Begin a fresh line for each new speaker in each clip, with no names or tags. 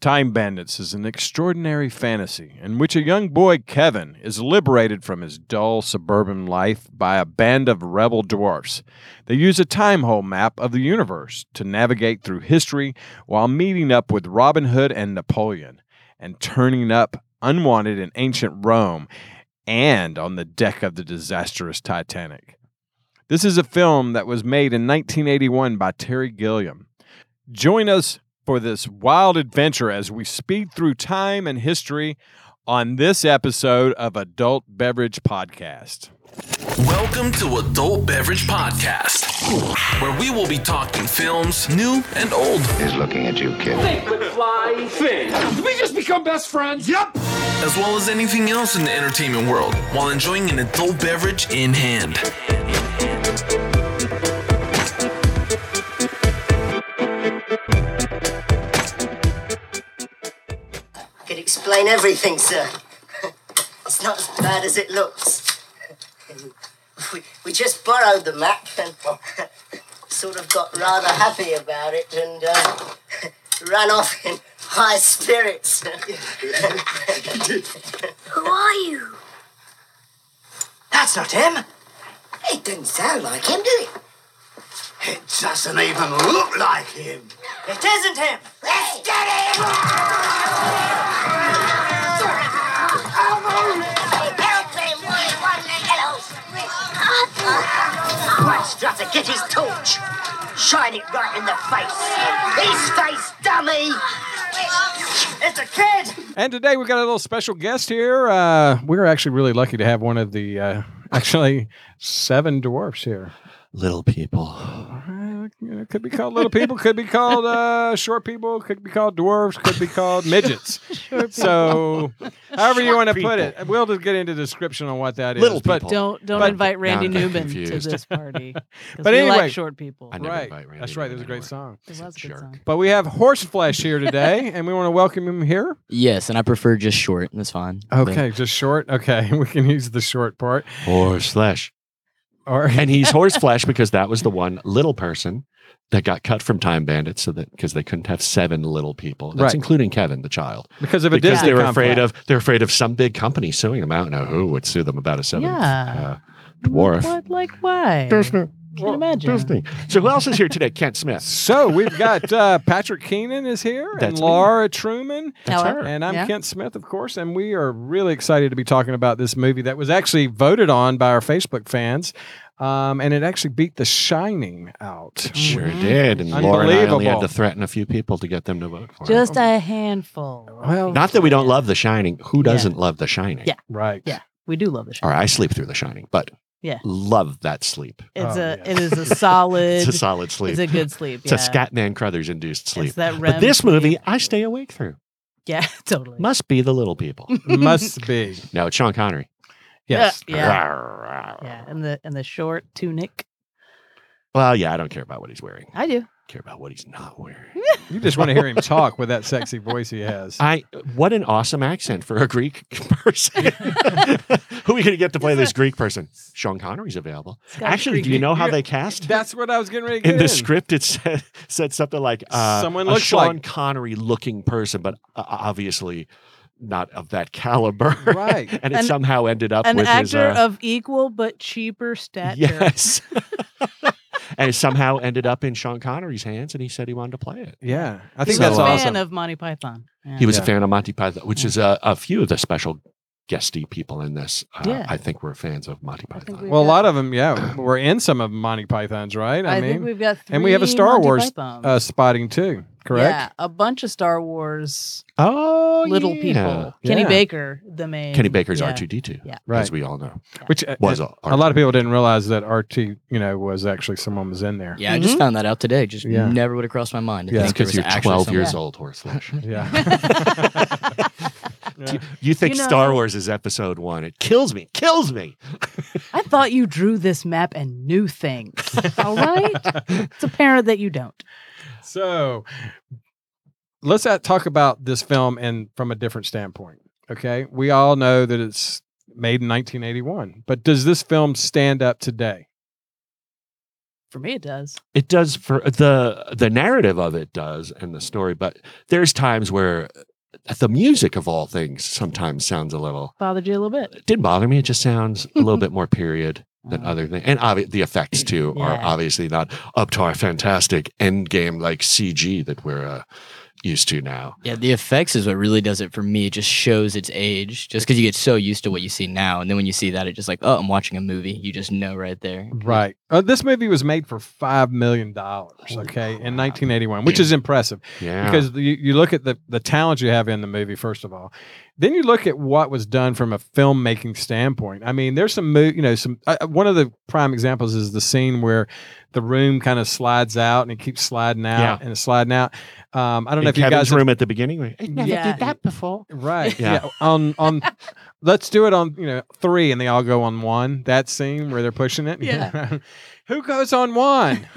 Time Bandits is an extraordinary fantasy in which a young boy, Kevin, is liberated from his dull suburban life by a band of rebel dwarfs. They use a time hole map of the universe to navigate through history while meeting up with Robin Hood and Napoleon and turning up unwanted in ancient Rome and on the deck of the disastrous Titanic. This is a film that was made in 1981 by Terry Gilliam. Join us for this wild adventure as we speed through time and history on this episode of Adult Beverage Podcast.
Welcome to Adult Beverage Podcast, where we will be talking films, new and old,
is looking at you, kid.
fly thing. Did we just become best friends? Yep.
as well as anything else in the entertainment world, while enjoying an adult beverage in hand.
Could explain everything, sir. It's not as bad as it looks. We, we just borrowed the map and sort of got rather happy about it and uh, ran off in high spirits.
Who are you?
That's not him. It didn't sound like him, did it?
It doesn't even look like him.
It isn't him. Let's get him! Got to get his torch. Shine it right in the face. His face, dummy. It's a kid.
And today we've got a little special guest here. Uh, we're actually really lucky to have one of the uh, actually seven dwarfs here.
little people.
Uh, you know, could be called little people, could be called uh, short people, could be called dwarves, could be called midgets. so, however you want to put it, we'll just get into description on what that is.
Little
but
people.
Don't don't
But-
invite Randy
Now I'm
Newman to
confused.
this party. 'cause
But
we
anyway-
like short people.
I never
right,
invite Randy
that's right. It
Newman
was a great
anywhere.
song.
It was a good
jerk.
song.
But we have Horseflesh here today, and we want to welcome him here.
Yes, and I prefer just short. That's fine.
Okay, just short. Okay, we can use the short part.
Horse flesh.
Or
And he's horse flesh because that was the one little person that got cut from Time Bandits so that because they couldn't have seven little people. That's
Right.
including Kevin, the child.
because of a
Because
Disney
they were
conflict.
afraid of they're afraid of some big company suing them. I don't know who would sue them about a seven
Yeah.
uh, dwarf.
What? Like why?
Disney.
Well, imagine.
Disney. So who else is here today? Kent Smith.
So we've got uh, Patrick Keenan is here, and
That's me.
Laura Truman.
That's
Hello. her.
And I'm
Yeah.
Kent Smith, of course, and we are really excited to be talking about this movie that was actually voted on by our Facebook fans, um, and it actually beat The Shining out.
Mm.
Sure did. And Laura and I only
Unbelievable.
had to threaten a few people to get them to vote for him.
Just a handful. of
Well-
people.
Not that we don't love The Shining. Who
Yeah.
doesn't love The Shining?
Yeah.
Right.
Yeah. We do love the show.
All right, I sleep through The Shining, but
Yeah.
love that sleep.
It's
Oh,
a
yeah.
it is a solid
It's a solid sleep.
it's a good sleep.
It's a
yeah.
Scatman Crothers induced sleep.
It's that REM
But this
sleep.
movie, I stay awake through.
Yeah, totally.
Must be the little people.
Must be.
no, it's Sean Connery.
Yes.
Yeah. Yeah. And the and the short tunic.
Well, yeah, I don't care about what he's wearing. I
I do.
care about what he's not wearing.
You just want to hear him talk with that sexy voice he has.
I what an awesome accent for a Greek person. Who are we gonna get to play this Greek person? Sean Connery's available.
Scottish
Actually, do
Greek.
you know how
You're-
they cast?
That's what I was getting ready to get
in the
in.
script it said, said something like uh,
Someone
a
looks
Sean
like-
Connery looking person, but uh, obviously not of that caliber.
Right.
and it
An-
somehow ended up
An
with
actor
his uh,
of equal but cheaper stature.
yes. and it somehow ended up in Sean Connery's hands, and he said he wanted to play it.
Yeah. I
I
think
think that's
uh,
that's
a fan
awesome.
of Monty Python. Yeah.
He was
Yeah.
a fan of Monty Python, which is a, a few of the special guesty people in this. Uh,
Yeah.
I think were fans of Monty
I think
Python.
we-
well, a lot of them, yeah, were in some of Monty Python's, right? I,
I, think
mean,
we've got three
and we have a Star
Monty
Wars
Pythons.
uh, spotting too, correct?
Yeah, a bunch of Star Wars
oh,
little
yeah.
people. Kenny
Yeah.
Baker, the main.
Kenny Baker's
yeah.
R2D2,
Yeah.
as
Right.
we all know.
Which uh,
Was
a,
a-
lot of people didn't realize that RT, you know, was actually someone was in there.
Yeah, I just found that out today. Just
Yeah.
never would have crossed my mind. to
Yeah.
That's
think there
because
was
Mm-hmm. you're 12
actually someone-
years old, Horseflesh.
Yeah.
You- You think
You know-
Star Wars is episode one. It kills me. Kills me.
I thought you drew this map and knew things. All right, it's apparent that you don't.
so let's uh, talk about this film and from a different standpoint. Okay. We all know that it's made in 1981, but does this film stand up today?
For me, it does.
it does for the the narrative of it does and the story but there's times where the music of all things sometimes sounds a little
Bothered you a little bit.
it didn't bother me it just sounds a
Mm-hmm.
little bit more period than other
Ah.
things and obvi- the effects too are
Yeah.
obviously not up to our fantastic end game like cg that we're uh, used to now
Yeah, the effects is what really does it for me. It just shows its age, just because you get so used to what you see now, and then when you see that, it's just like, oh, I'm watching a movie. You just know right there.
Right. Uh, this movie was made for five million dollars. Okay, in 1981, which is impressive
yeah
because you, you look at the the talent you have in the movie first of all, then you look at what was done from a filmmaking standpoint. I mean, there's some mo- you know some uh, uh, one of the prime examples is the scene where the room kind of slides out and it keeps sliding out
Yeah.
and it's sliding out. Um, I don't know
in
if you guys
Kevin's
have-
room at the beginning we- I never
Yeah.
did that before
Right.
Yeah.
Yeah. On on let's do it on, you know, three and they all go on one. That scene where they're pushing it.
Yeah.
Who goes on one?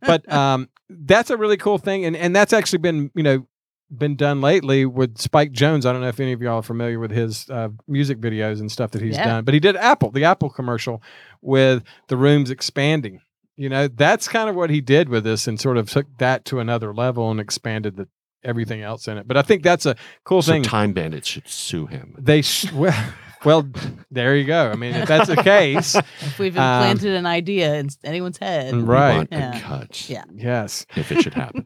but um that's a really cool thing. And and that's actually been, you know, been done lately with Spike Jones. I don't know if any of y'all are familiar with his uh, music videos and stuff that he's
Yeah.
done, but he did Apple, the Apple commercial with the rooms expanding. You know, that's kind of what he did with this and sort of took that to another level and expanded the everything else in it. But I think that's a cool
so
thing.
time bandits should sue him
They sh- well, well, there you go. I mean, if that's the case,
If we've
Um,
implanted an idea in anyone's head,
Mm.
We
Right.
want
Yeah.
a cut
Yeah.
yes.
if it should happen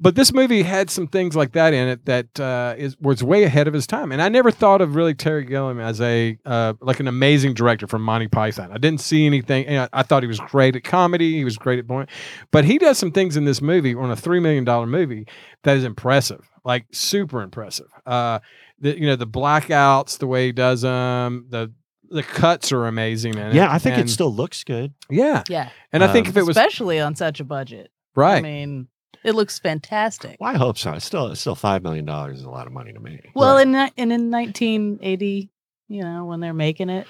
But this movie had some things like that in it that uh, is was way ahead of his time, and I never thought of really Terry Gilliam as a uh, like an amazing director from Monty Python. I didn't see anything. You know, I thought he was great at comedy. He was great at point, but he does some things in this movie on a three million dollar movie that is impressive, like super impressive. Uh, the, you know the blackouts, the way he does them, the the cuts are amazing. In it.
yeah i think
And-
it still looks good
yeah.
yeah,
And I think
Um,
if it was
especially on such a budget. I
right,
mean, it looks fantastic.
Well, I hope so. It's still, it's still five million dollars is a lot of money to me.
Well,
Right.
in ni- and in 1980, you know, when they're making it,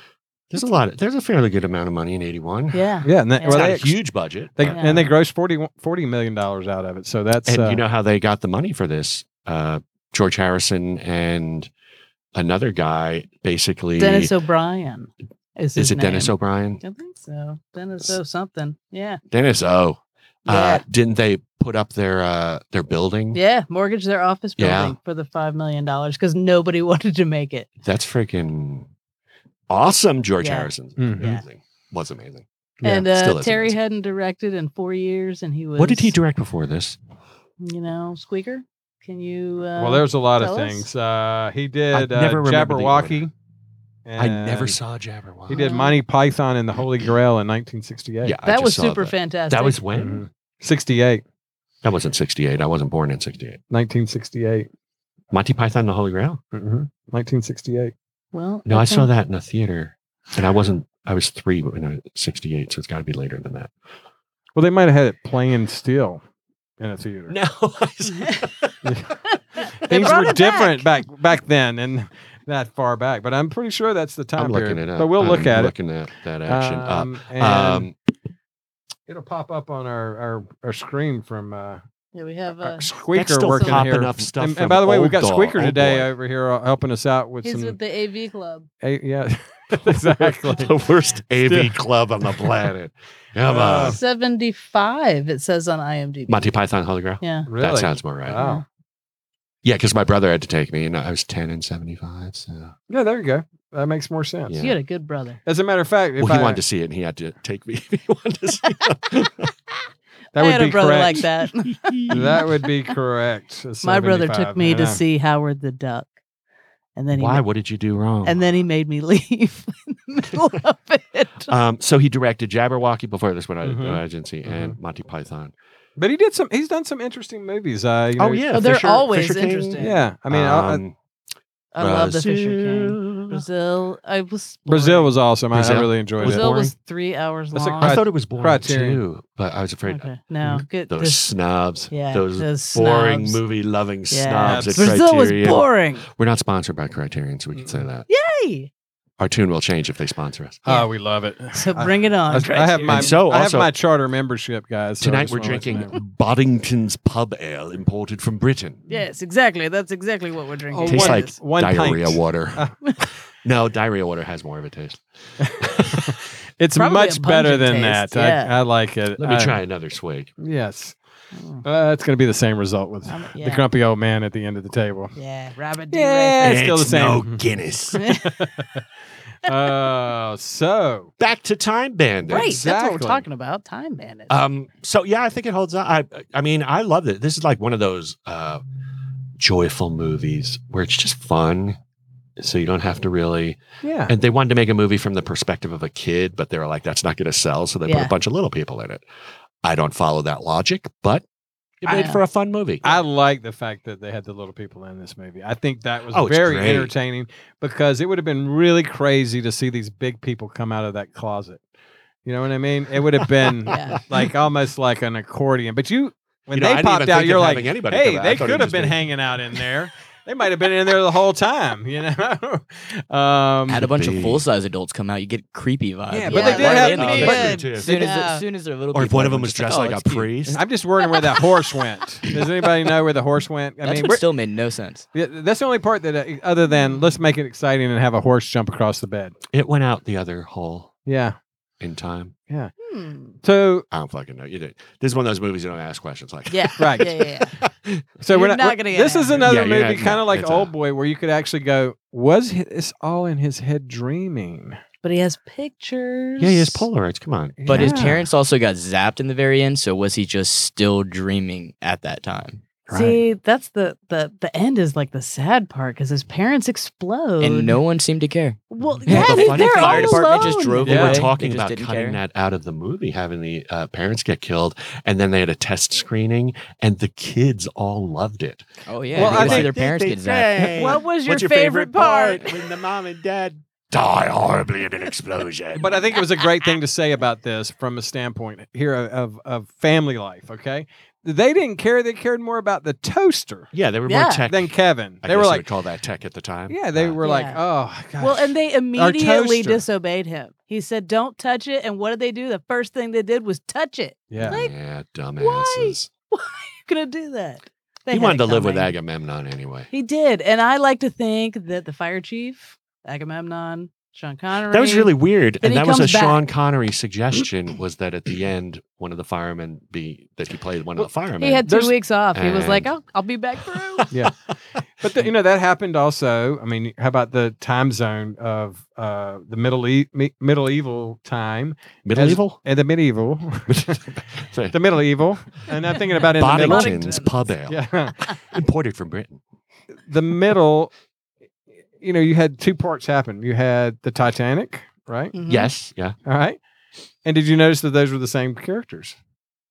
there's a lot. Of, there's a fairly good amount of money in '81.
yeah,
yeah, and that,
Yeah.
It's
well,
not
they,
a huge budget.
they
but-
Yeah.
and they grossed 40, 40 million dollars out of it. So that's
and
uh,
you know how they got the money for this? Uh, George Harrison and another guy, basically.
Dennis O'Brien is his
is it Dennis
name.
O'Brien?
I think so. Dennis O something. Yeah.
Dennis O. Uh,
Yeah.
didn't they put up their uh, their building?
yeah. Mortgage their office building
Yeah.
for the $5 million because nobody wanted to make it.
That's freaking awesome. George
Yeah. Mm-hmm.
Harrison
Mhm.
Yeah.
amazing. was amazing.
Yeah,
and
still
uh,
is
Terry
amazing.
hadn't directed in four years and he was.
What did he direct before this?
You know, Squeaker? Can you. Uh,
well, there's a lot of
tell us?
things. Uh, he did uh,
never remember the
Jabberwocky.
I never
and
saw
He
Jabberwocky.
Oh.
did Monty Python and the Holy Grail in 1968.
Yeah, I
That
just
was
saw
super
that.
fantastic.
That was when.
Mhm. 68,
That wasn't 68. I wasn't born in 68.
1968.
Monty Python and the Holy Grail?
Mhm. 1968.
Well,
No, I saw
think-
that in a theater. And I wasn't, I was three when I was 68. So it's got to be later than that.
Well, they might have had it playing still in a theater.
They
Things
brought
were
it
different back. back then and that far back, but I'm pretty sure that's the time
I'm
period.
looking it up.
But we'll
I'm
look at it.
looking at that action up.
Um, and
Um,
it'll pop up on our our, our screen from uh,
Yeah, we have.
our
Uh,
Squeaker
still
working
popping
here.
up stuff
and, and
from
by the way, we've
Old
got
Dog.
Squeaker
Oh,
today
boy.
over here uh, helping us out with
he's
some.
with the AV Club.
a- yeah, exactly.
the worst AV club on the planet. Come
Uh,
on.
75, it says on IMDb.
Monty Python, Holy Grail?
Yeah.
really? Uh,
That sounds more right.
Wow.
Yeah, because my brother had to take me, and I was 10 and 75. So, well,
Yeah, there you go. That makes more sense.
Yeah.
You had a good brother.
As a matter of fact,
he
if I,
wanted to see it, and he had to take me. if he wanted to see it.
that
I
would
had
be
a brother
correct.
like that.
that would be correct.
My brother took
75,
me
I
to
know.
see Howard the Duck, and then he
Why?
ma-
What did you do wrong?
and then he made me leave in the middle of it.
Um, so he directed Jabberwocky before this one,
Mhm.
mm Agency, and Monty Python.
But he did some. He's done some interesting movies. Uh, you know,
Oh, they're always
King.
interesting.
yeah. I mean, uh, I- I-
Um,
I love the Fisher King.
Brazil.
Brazil, I was
Brazil was awesome. I- I
Brazil?
really enjoyed it.
Brazil was
boring.
three hours
That's a
long.
I thought it was boring
Criterion.
too, but I was afraid
okay. No, get
those
this.
snobs,
Yeah,
those,
those
boring
snobs.
movie-loving
Yeah.
snobs at
Brazil was
Criterion.
boring.
We're not sponsored by Criterion, so we can say
Mm-hmm.
that.
Hey,
Our tune will change if they sponsor us.
Oh, we love it.
so
I-
bring it on.
I, I have my
And so
I have
also-
my charter membership, guys. so I
Tonight
just
we're
wanna let you
drinking
know.
Boddington's Pub Ale, imported from Britain.
yes, exactly. That's exactly what we're drinking.
Oh,
Tastes
one- one
like
Uh.
diarrhea
pint.
water. no, diarrhea water has more of a taste.
It's
Probably a
much better than
pungent
that.
taste, yeah.
I, I like it.
Let me
I-
try another swig.
Yes. Uh, it's going to be the same result with
Um,
the
Oh. yeah.
grumpy old man at the end of the table.
Yeah, Robert D.
Yeah, it's, still the
It's no
same. Mm-hmm.
Guinness.
uh, so
Back to Time Bandits.
Right, that's what we're
Exactly.
talking about. Time bandits.
Um, so yeah, I think it holds up. I I mean, I love it. This is like one of those uh joyful movies where it's just fun. So you don't have to really
yeah,
and they wanted to make a movie from the perspective of a kid, but they were like, that's not gonna sell. So they put
Yeah.
a bunch of little people in it. I don't follow that logic, but it
I
made
know.
for a fun movie.
I like the fact that they had the little people in this movie. I think that was
Oh, it's
very
great.
entertaining because it would have been really crazy to see these big people come out of that closet. You know what I mean? It would have been
Yeah.
like almost like an accordion. But you, when
You know, I
they
didn't
popped
even
out,
think
you're
of
like,
having anybody come
hey,
out. I
they
thought it
could
was
have been
me."
hanging out in there. They might have been in there the whole time. You know, um,
Had a bunch
be.
of full size adults come out, you get creepy vibes.
Yeah,
You're
but
they
like,
did
why are
have-
in
Oh,
these?
that's true,
Good.
too.
As soon as,
Yeah.
as soon as they're little,
Or if
people,
one of them
everyone's
was
just
dressed
oh,
like
it's
a
cute.
priest.
I'm just wondering where that horse went. Does anybody know where the horse went? I
That's
mean,
what
we're-
still made no sense.
yeah, that's the only part that, uh, other than let's make it exciting and have a horse jump across the bed.
It went out the other hole
Yeah.
in time.
Hmm.
So,
I don't fucking know. You did. This is one of those movies you don't ask questions like
Yeah,
Right.
Yeah, yeah, yeah.
so
You're
we're not.
not
we're-
gonna get
this
an
is
answer.
another
Yeah, you're
movie,
not-
kind
no,
of like
it's
Old
a-
Boy, where you could actually go, "Was hi- this all in his head dreaming?"
But he has pictures.
Yeah, he has Polaroids. Come on.
But his
Yeah.
parents also got zapped in the very end, so was he just still dreaming at that time?
See, that's the the the end is like the sad part because his parents explode.
And no one seemed to care.
well,
Well,
yeah,
the
they-
funny
they're
thing-
all
Fire
department
alone.
just drove
Yeah.
Well,
away.
We're talking
They just
about
didn't
cutting
care.
that out of the movie, having the uh, parents get killed, and then they had a test screening, and the kids all loved it.
Oh yeah,
Well,
they
I
could see
think-
their parents get zapped.
What was your, favorite, part?
when the mom and dad die horribly in an explosion?
But I think it was a great thing to say about this from a standpoint here of of family life. Okay, they didn't care; they cared more about the toaster
yeah, they were
Yeah.
more tech.
than Kevin.
I
They
guess
were
you
like,
would call that tech at the time.
"Yeah," they
Uh,
were like,
Yeah.
"Oh, gosh.
Well, and they immediately
toaster.
disobeyed him. He said, "Don't touch it." And what did they do? The first thing they did was touch it.
yeah."
like,
yeah, dumbasses.
You're gonna do that. They
He
had
wanted
it
to live with
coming.
Agamemnon anyway.
He did, and I like to think that the fire chief, Agamemnon, Sean Connery.
That was really weird,
Then
and
he
that was a
comes back.
Sean Connery suggestion. Was that at the end, one of the firemen be that he played one of the firemen?
He had two e-,
There's-
weeks off. He was like,
And-
"I'll, I'll be back through."
But the, you know that happened also. I mean, how about the time zone of uh, the middle e- mi- middle evil time
medieval.
and the medieval, the middle evil, and I'm thinking about in the middle.
Bonington.
Boddington's pub ale,
Yeah,
imported from Britain.
the middle. You know, you had two parts happen. You had the Titanic, right?
Mhm.
Yes, yeah.
All right. And did you notice that those were the same characters?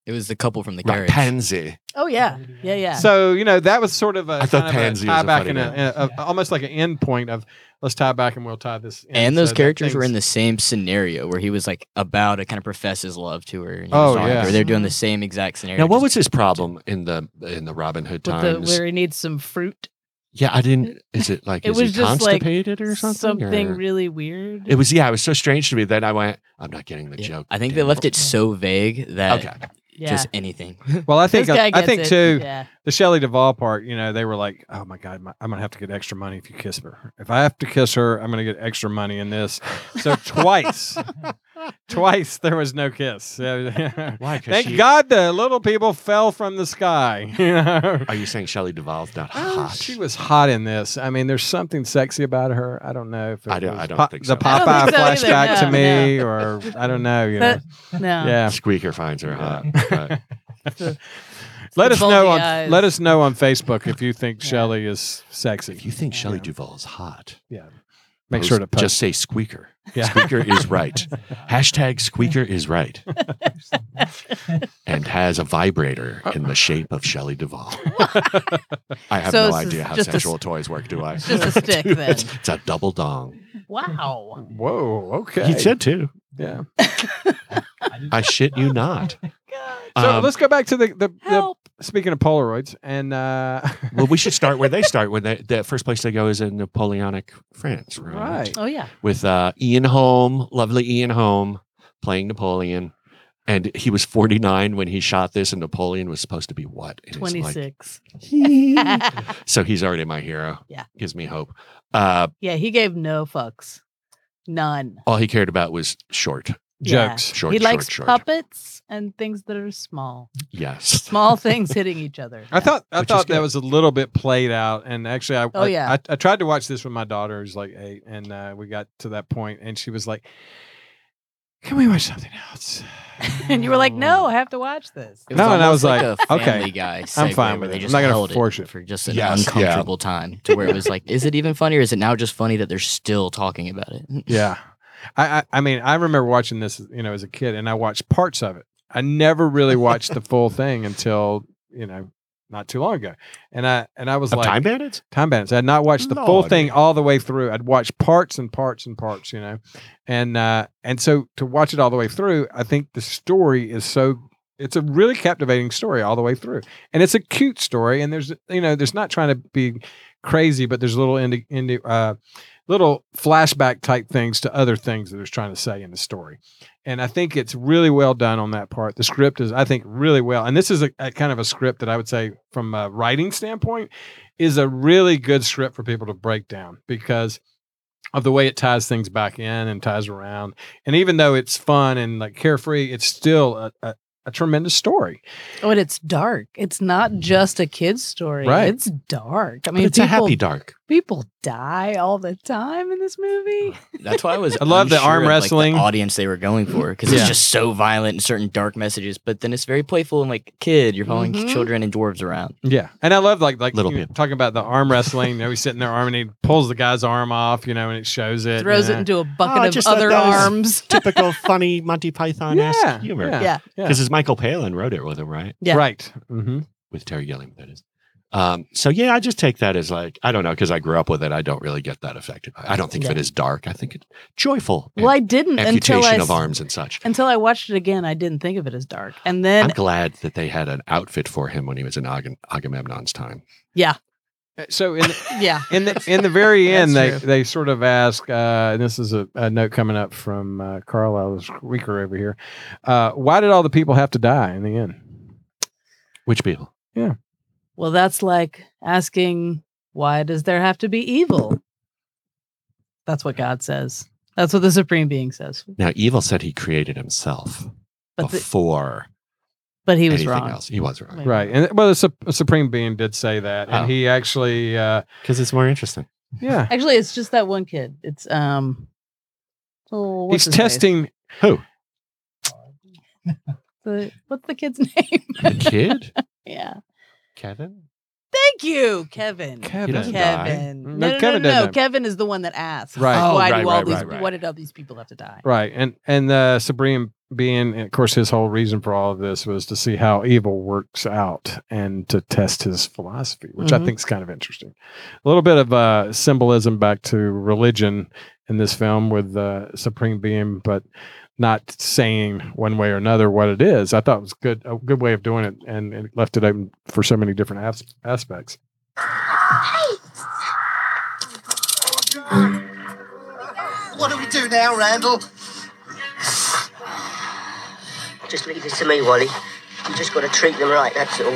It was the couple from the carriage.
Pansy.
Oh yeah. Yeah yeah.
So you know that was sort of a
I thought
kind of a
Pansy was
tie
a
back and
funny
a, a- a- almost like an end point of let's tie back and we'll tie this. In.
And those
So that
characters were
things-
in the same scenario where he was like about to kind of profess his love to her. And he
Oh,
was sorry for
yeah.
her. They're doing the same exact scenario.
Now, what
just-
was his problem in the in the Robin Hood
With the,
times?
where he needs some fruit,
yeah, I didn't. Is it like
It
is
was
he
just, like,
constipated or something? or-
really weird.
it was yeah. It was so strange to me. Then I went. I'm not getting the
Yeah.
joke.
I think
damn
they left it so vague that
Okay.
yeah.
just anything.
Well, I think
this guy
I,
gets
think
it.
too.
Yeah.
the Shelley Duvall part, you know, they were like, "Oh my God, my, I'm gonna have to get extra money if you kiss her. If I have to kiss her, I'm gonna get extra money in this." So twice, twice there was no kiss. Yeah.
Why? 'Cause
Thank
she-
God the little people fell from the sky. You know?
Are you saying Shelley Duvall's not
Oh,
hot?
she was hot in this. I mean, there's something sexy about her. I don't know if it
I don't-
was
I don't
Pop-
think
the
so. I
don't
Popeye
think so either,
flashback
no, um,
to me, or I don't know. You know,
That- No.
yeah.
Squeaker finds her hot. but-
Let
the
us know on
bulgy eyes.
let us know on Facebook if you think Shelley is sexy.
if you think Shelley
Yeah.
Duvall's hot,
Yeah. Make
post-
sure to post.
just say Squeaker.
Yeah.
Squeaker is right. Hashtag Squeaker is right. and has a vibrator in the shape of Shelley Duvall. I have
So
no
this is
idea how
just a s-
sexual toys work, do I? It's
just a stick, then.
It's, it's a double dong.
Wow.
Whoa. Okay.
He said two.
yeah.
I shit you not.
So
Um,
let's go back to the, the, the
Help.
speaking of Polaroids and uh,
well, we should start where they start. When they, the first place they go is in Napoleonic France,
right.
Oh yeah.
with uh, Ian Holm, lovely Ian Holm, playing Napoleon. And he was 49 when he shot this, and Napoleon was supposed to be what? And it's like-
Twenty six.
so he's already my hero.
Yeah.
Gives me hope. Uh,
yeah, he gave no fucks. None.
all he cared about was short
Yeah.
Jokes.
Short,
he
short,
likes
short.
puppets and things that are small.
Yes.
Small things hitting each other.
I thought I
Which is
thought that
good.
was a little bit played out, and actually, I
Oh,
I,
yeah.
I, I tried to watch this with my daughter, who's like eight, and uh, we got to that point, and she was like, "Can we watch something else?"
and you were like, no, I have to watch this.
It
No, and I was
almost
like,
a
okay,
Family Guy segue
fine
where
with it.
they
I'm
just
not gonna
held it
force it.
for just an
Yes, yeah.
uncomfortable time to where it was like, is it even funny or is it now just funny that they're still talking about it?
Yeah, I, I I mean, I remember watching this, you know, as a kid, and I watched parts of it. I never really watched the full thing until you know, not too long ago, and I and I was
Of
like,
Time Bandits?
Time Bandits. I had not watched the full
Lordy.
thing all the way through. I'd watched parts and parts and parts, you know, and uh, and so to watch it all the way through, I think the story is so. It's a really captivating story all the way through, and it's a cute story. And there's you know, there's not trying to be crazy, but there's little indi- indi- uh, little flashback type things to other things that it's trying to say in the story. And I think it's really well done on that part. The script is, I think, really well. And this is a, a kind of a script that I would say, from a writing standpoint, is a really good script for people to break down because of the way it ties things back in and ties around. And even though it's fun and like carefree, it's still a, a, a tremendous story.
Oh, and it's dark. It's not just a kid's story.
Right.
It's dark. I
Mm. But
mean,
it's
people,
a happy dark.
people die all the time in this
Oh,
movie.
That's why I was.
I love the
unsure
arm
of, like,
wrestling.
audience they were going for because
Yeah.
it's just so violent and certain dark messages, but then it's very playful and like kid. You're following
Mhm.
children and dwarves around.
Yeah. And I love like like
Little
you know,
people.
talking about the arm wrestling. You know, he's sitting there arm and he pulls the guy's arm off, you know, and it shows it.
Throws
you
it
know.
into a bucket
Oh, I
of
just thought
other
that was-
arms.
Typical funny Monty Python esque
Yeah,
humor.
yeah.
Because
yeah.
Yeah.
it's Michael Palin wrote it with him, right?
Yeah.
Right. hmm
With Terry Gilliam, that is. Um, so yeah, I just take that as like I don't know because I grew up with it. I don't really get that affected. by it. I don't think of
Yeah.
it as dark. I think it's joyful. and
Well, I didn't until I,
amputation
s-
of arms and such.
until I watched it again. I didn't think of it as dark. And then,
I'm glad that they had an outfit for him when he was in Agam- Agamemnon's time.
So in the,
yeah.
in the in the very
That's
end, they,
true.
they sort of ask, uh, and this is a, a note coming up from uh, Carlisle this weaker over here. Uh, why did all the people have to die in the end?
Which people?
Well, that's like asking, why does there have to be evil? That's what God says. That's what the supreme being says.
Now, evil said he created himself
But the,
before
but he was
Oh, anything
wrong.
else. He was wrong
Right. And well, the Sup- Supreme Being did say that, and
Oh.
he actually, uh,
because it's more interesting.
yeah,
Actually, it's just that one kid. It's um. Oh,
he's
what's his face?
testing.
The, what's the kid's name?
The kid,
yeah.
Kevin.
Thank you, Kevin.
Kevin.
doesn't die. Mm,
Kevin.
No,
No, no, no,
Kevin
no, no.
doesn't.
Kevin is the one that asks.
Right.
Oh,
why
right,
do all
right,
these?
right, right.
Why did all these people have to die?
Right. And and the Supreme Being, and of course, his whole reason for all of this was to see how evil works out and to test his philosophy, which I
Mhm.
think is kind of interesting. A little bit of uh, symbolism back to religion in this film with the Supreme Being, but not saying one way or another what it is. I thought it was good a good way of doing it, and it left it open for so many different as- aspects.
What do we do now, Randall?
Just leave this to me, Wally. You just got to treat them right, that's all.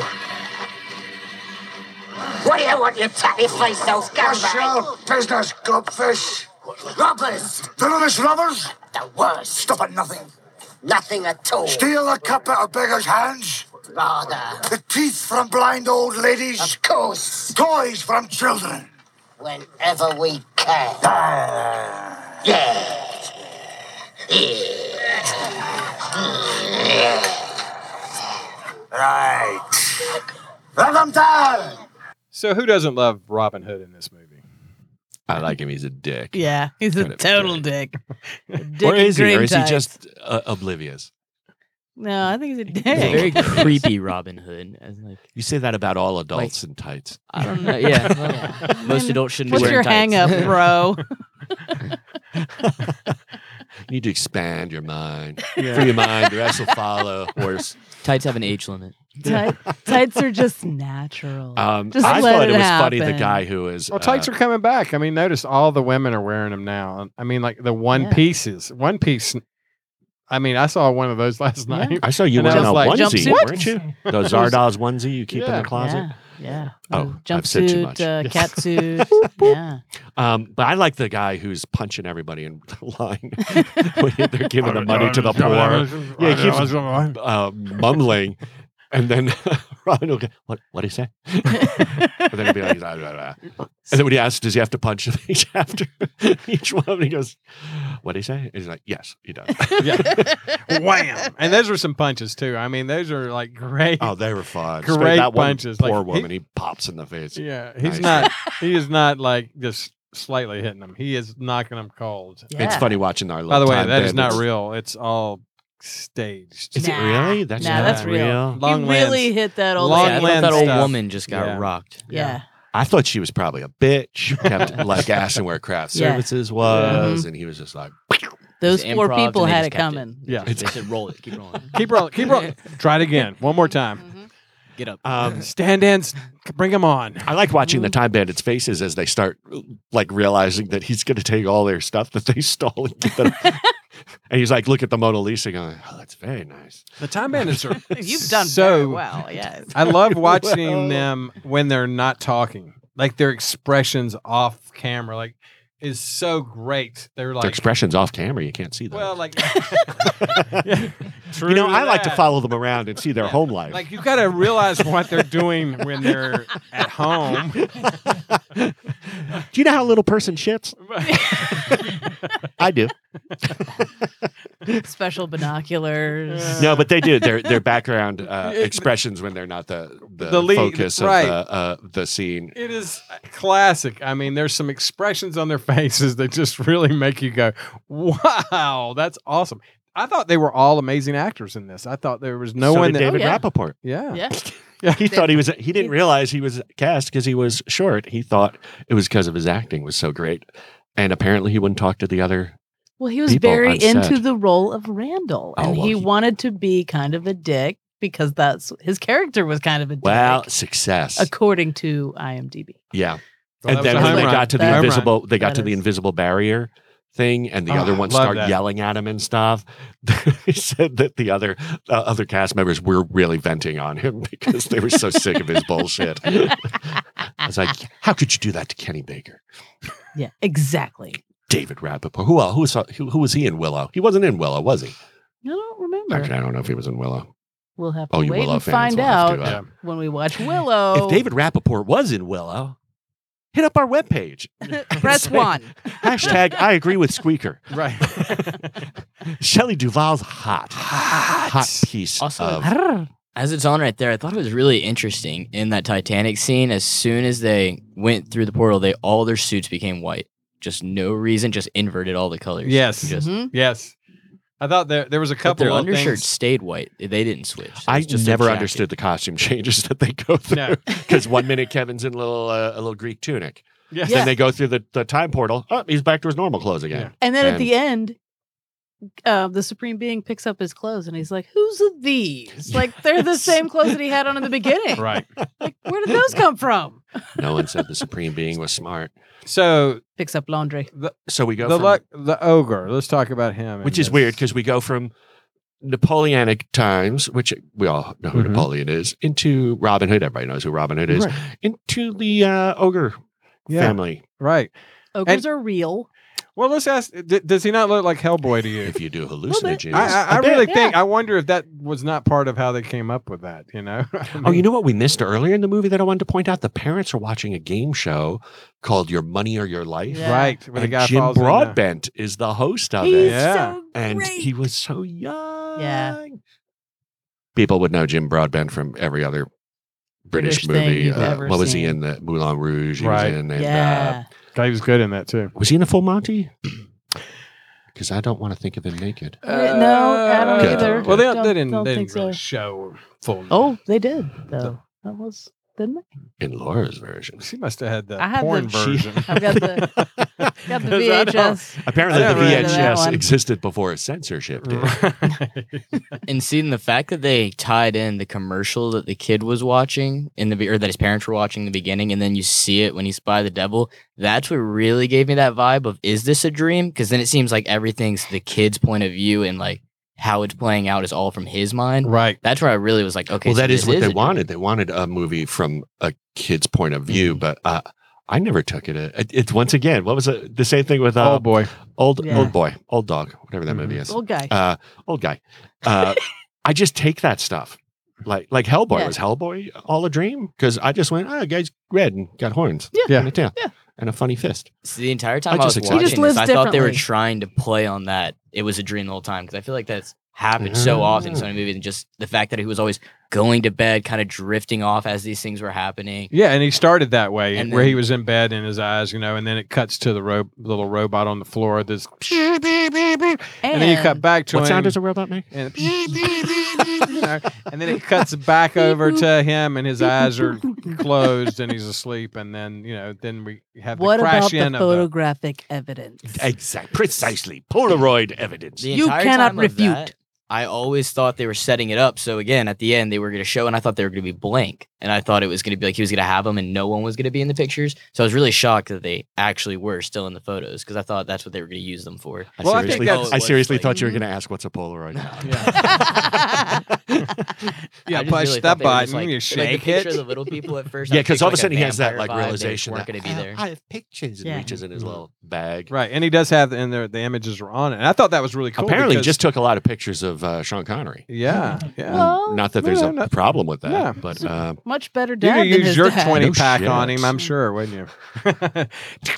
What do you want, you tatty face, those
Show business, gobfish.
Robbers!
Villainous robbers,
The worst!
stop at nothing.
Nothing at all!
Steal the cup out of beggars' hands.
Rather!
The teeth from blind old ladies.
Of course!
Toys from children.
Whenever we can!
Ah.
Yeah!
Right. Let them down.
So who doesn't love Robin Hood in this movie?
I like him. He's a dick.
Yeah, he's a
Kind of
total dick. A dick
or
in
is he? Or
green
is
tights.
he just uh, oblivious?
No, I think he's a
It's a
dick.
very creepy Robin Hood. I was like,
You say that about all adults in tights.
I don't know. Yeah, well, most adults shouldn't
What's
be
your
wearing
hang up,
tights.
bro?
You need to expand your mind. Free your mind. The rest will follow. Horse.
Tights have an age limit.
Tight, tights are just natural.
Um,
Just
I
let
thought it,
it
was funny. The
happen.
guy who is
Well, tights
uh,
are coming back. I mean, notice all the women are wearing them now. I mean, like the one
Yeah.
pieces, one piece. I mean, I saw one of those last
Yeah.
night.
I saw you
And I
wearing
was
a
like,
onesie,
Jumpsuits.
weren't you? The Zardoz onesie you keep in
Yeah.
the closet.
Yeah. Yeah.
Oh,
Mm,
I've said
jumpsuit,
too much.
Uh,
Yes.
cat suit. yeah.
Um, but I like the guy who's punching everybody in the line when they're giving the money to the poor, Yeah, he keeps- uh, mumbling, and then Robin will go, "What? What did he say?" and then he'll be like, "Blah, blah, blah." and then when he asks, "Does he have to punch each after each one?" he goes, "What did he say?" And he's like, "Yes, he does."
Wham! And those were some punches too. I mean, those are like great.
oh, they were fun.
Great
that
punches,
One
like,
poor
he-
woman, he, pops in the face.
Yeah, he's
Nice.
not. He is not like just slightly hitting them. He is knocking them cold.
yeah.
It's funny watching our.
By the
little
way,
time
that is not
bandits.
real. It's all staged.
Is
Nah.
it really? That's
Nah,
not
that's real.
Long
he really
lens.
hit that old
Long
yeah, I
lady.
thought
lens
that old
stuff.
woman just got
Yeah.
rocked.
Yeah.
I thought she was probably a bitch, kept like asking where craft
Yeah.
services was, and he was just like,
Those
It was
four
improv,
people
and they
had
just
it
kept
coming.
They
Yeah.
just- they said roll it, keep rolling,
Keep rolling. Keep rolling. Try it again. One more time.
Mhm.
get up.
um,
Stand ins. Bring them on.
I like watching the
Mm-hmm.
time bandits' faces as they start like realizing that he's going to take all their stuff that they stole, and, give them. and he's like, look at the Mona Lisa, going, oh, that's very nice.
The time bandits are.
You've done
so.
very well. Yeah.
I love watching
Well.
them when they're not talking. Like their expressions off camera, like is so great. They're
their
like,
expressions off camera, you can't see them.
well, like,
you know, I like to
that.
follow them around and see their home life.
Like you got to realize what they're doing when they're at home.
do you know how a little person shits? I do.
Special binoculars.
No, but they do. Their their background uh, expressions when they're not the the,
The lead,
focus of
right.
the uh, the scene.
It is classic. I mean, there's some expressions on their faces that just really make you go, "Wow, that's awesome." I thought they were all amazing actors in this. I thought there was no
So
one
did
that
David
Oh, yeah.
Rappaport.
yeah.
Yeah.
He thought he was. He didn't realize he was cast because he was short. He thought it was because of his acting was so great, and apparently he wouldn't talk to the other.
Well, he was
people
very
on set.
into the role of Randall,
Oh,
and
well,
he
he-
wanted to be kind of a dick because that's his character was kind of a dick,
Wow, success!
according to IMDb.
yeah,
Well, that
and
was a
then when
home
they
run.
got to the
Home run.
invisible, they got
That
to the
is-
invisible barrier thing, and the
Oh,
other one
love
started
that.
yelling at him and stuff. they said that the other uh, other cast members were really venting on him because they were so sick of his bullshit. I was like, how could you do that to Kenny Baker?
Yeah, exactly.
David Rappaport. Who else? Who was, who, who was he in Willow? He wasn't in Willow, was he?
I don't remember.
Actually, I don't know if he was in Willow.
We'll have to
Oh, you
wait
Willow
and find
fans will have
out
to, uh,
Yeah.
when we watch Willow.
If David Rappaport was in Willow, hit up our webpage.
press one.
Hashtag I agree with Squeaker.
Right.
Shelley Duvall's hot. Hot, piece
Also-
of
As it's on right there, I thought it was really interesting in that Titanic scene. As soon as they went through the portal, they all their suits became white. Just no reason, just inverted all the colors.
Yes.
Just
Mhm.
yes. I thought there there was a
but
couple
their
of
undershirts
things.
stayed white. They didn't switch. It
I
was just their
never
jacket.
understood the costume changes that they go
No.
through. Because one minute Kevin's in a little uh, a little Greek tunic,
Yes.
Yeah.
then they go through the, the time portal. Oh, he's back to his normal clothes again.
Yeah.
And then at
And-
the end, uh, the supreme being picks up his clothes and he's like, "Whose are these? Like they're the same clothes that he had on in the beginning.
Right.
Like where did those come from?"
No one said the Supreme Being was smart.
So
Picks up laundry.
So we go
the
from-
luck, the ogre. Let's talk about him. in
which is
this.
weird because we go from Napoleonic times, which we all know who
Mhm.
Napoleon is, into Robin Hood. Everybody knows who Robin Hood is.
Right.
Into the uh, ogre
Yeah.
family,
Right.
Ogres are real.
Well, let's ask. d- does he not look like Hellboy to you?
if you do
bit.
hallucinogens.
I, I, I
A bit.
really
yeah.
think. I wonder if that was not part of how they came up with that. You know.
Oh,
Mm-hmm.
you know what we missed earlier in the movie that I wanted to point out? The parents are watching a game show called Your Money or Your Life.
Yeah.
Right. Where the
And
guy
Jim
falls in, uh,
Broadbent is the host of
He's
it.
Oh, Yeah.
so
And
great.
he was so young.
Yeah.
People would know Jim Broadbent from every other British,
British thing
movie.
you've
Uh,
ever
what was he
seen.
in? The Moulin Rouge. He
Right.
was in. And, uh,
yeah.
He was good in that too.
was he in the Full Monty? Because I don't want to think of him naked.
Uh, no, I don't
Good.
either.
Well, they,
Don't-
they didn't.
don't
They
think
didn't really
so.
show full.
oh, they did though. That was didn't they?
In Laura's version.
she must have had the
I have
porn
the-
version.
I've got the- Got the
'Cause I don't-
VHS.
Apparently,
I
the
never heard of
that
VHS
one.
existed before censorship did.
And seeing the fact that they tied in the commercial that the kid was watching in the be- or that his parents were watching in the beginning, and then you see it when he's by the devil. That's what really gave me that vibe of is this a dream? Because then it seems like everything's the kid's point of view and like how it's playing out is all from his mind.
Right.
That's where I really was like, okay,
well,
so
that is
this
what they
a-
wanted. They wanted a movie from a kid's point of view, but uh, I never took it. uh, It- It's once again, what was it? The same thing with uh,
oh boy.
old
Yeah.
old boy, old dog, whatever that movie is.
Old guy.
Uh, old guy. Uh, I just take that stuff. Like like Hellboy
Yeah.
was Hellboy all a dream because I just went, oh, guy's red and got horns.
Yeah.
Yeah.
and a tail,
Yeah.
and a funny fist.
So the entire
I
time I,
just
was
accept it.
watching
He just
this,
lives
I thought they were
differently.
trying to play on that. It was a dream the whole time because I feel like that's happened so often in so many movies. And just the fact that he was always going to bed, kind of drifting off as these things were happening.
Yeah, and he started that way,
And
where
then-
he was in bed in his eyes, you know, and then it cuts to the ro- little robot on the floor. This, and, then you cut back to
What
him.
sound does a robot make?
and, you know, and then it cuts back over to him, and his eyes are closed, and he's asleep. And then you know, then we have the
what about
crash
the
in of
photographic evidence?
Exactly, precisely. Polaroid evidence.
The
You
entire
cannot
time of that,
refute.
I always thought they were setting it up. So again, at the end, they were going to show, and I thought they were going to be blank, and I thought it was going to be like he was going to have them, and no one was going to be in the pictures. So I was really shocked that they actually were still in the photos because I thought that's what they were going to use them for.
I
Well, I think
seriously, I,
that's-
seriously
Like-
thought you were going to ask what's a Polaroid.
the yeah,
I just
push
really
that
thought they were just,
button,
like-
you
like,
shake
the picture
it.
Of the little people at first. I
yeah,
was
because all of a
thinking,
sudden he
like,
has that
vampire
like
vibe, they
realization
weren't
that
going to
I
be
have-
there.
I have pictures and
Yeah.
reaches in his
Mhm.
little bag.
Right, and he does have, and the, the images are on it. And I thought that was really cool.
Apparently, he
because-
just took a lot of pictures of uh, Sean Connery.
yeah, yeah.
Well,
Not that there's
no,
a
not-
problem with that,
Yeah.
but uh,
much better
you
dad
could
than his
use your
dad.
twenty pack
No
on
shit.
him, I'm sure, wouldn't you?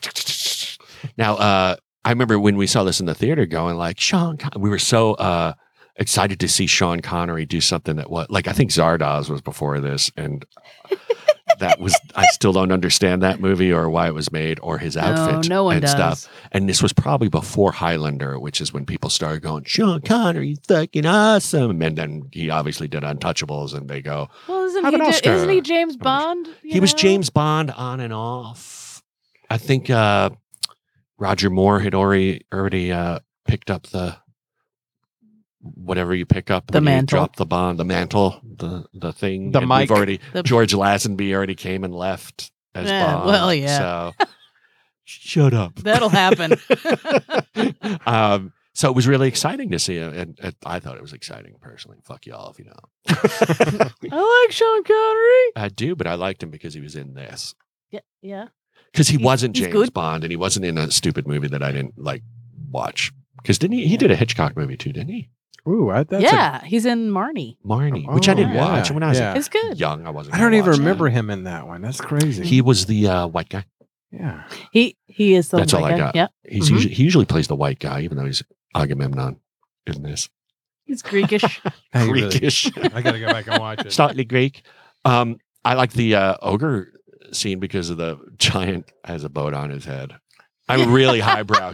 now uh, I remember when we saw this in the theater, going like Sean. Con-" we were so uh, excited to see Sean Connery do something that was like I think Zardoz was before this, and that was I still don't understand that movie or why it was made or his
No,
outfit.
no one
and
does.
Stuff. And this was probably before Highlander, which is when people started going, Sean Connery's fucking awesome. And then he obviously did Untouchables, and they go,
Well, isn't
Have
he?
an
Ja-
Oscar.
Isn't he James Bond? you
he was
know?
James Bond on and off. I think uh, Roger Moore had already already uh, picked up the whatever you pick up
The
when you
mantle.
drop the bond, the mantle, the the thing.
The
and
mic.
We've already
The-
George Lazenby already came and left as
Yeah,
Bond.
well, yeah.
So shut up.
That'll happen.
um, so it was really exciting to see it, and, and I thought it was exciting personally. Fuck y'all if you know.
I like Sean Connery.
I do, but I liked him because he was in this.
Yeah, yeah.
because he
He's-
wasn't
he's
James
good.
Bond, and he wasn't in a stupid movie that I didn't like watch. Because didn't he? He did a Hitchcock movie too, didn't he?
Ooh, I, that's a-
yeah, he's in Marnie.
Marnie, which I
Oh,
didn't
yeah,
watch when I was
yeah.
It's good.
young. I wasn't.
I don't
gonna
even
watch that.
remember him in that one. That's crazy.
He was the uh, white guy.
yeah.
He he is the
That's all
white
I
guy.
got.
Yeah,
He's
Mhm.
usually, he usually plays the white guy, even though he's Agamemnon in this
he's Greekish.
Hey, really.
Greekish,
I got to go back and watch it.
slightly Greek. Um, I like the uh, ogre scene because of the giant has a boat on his head. I'm really highbrow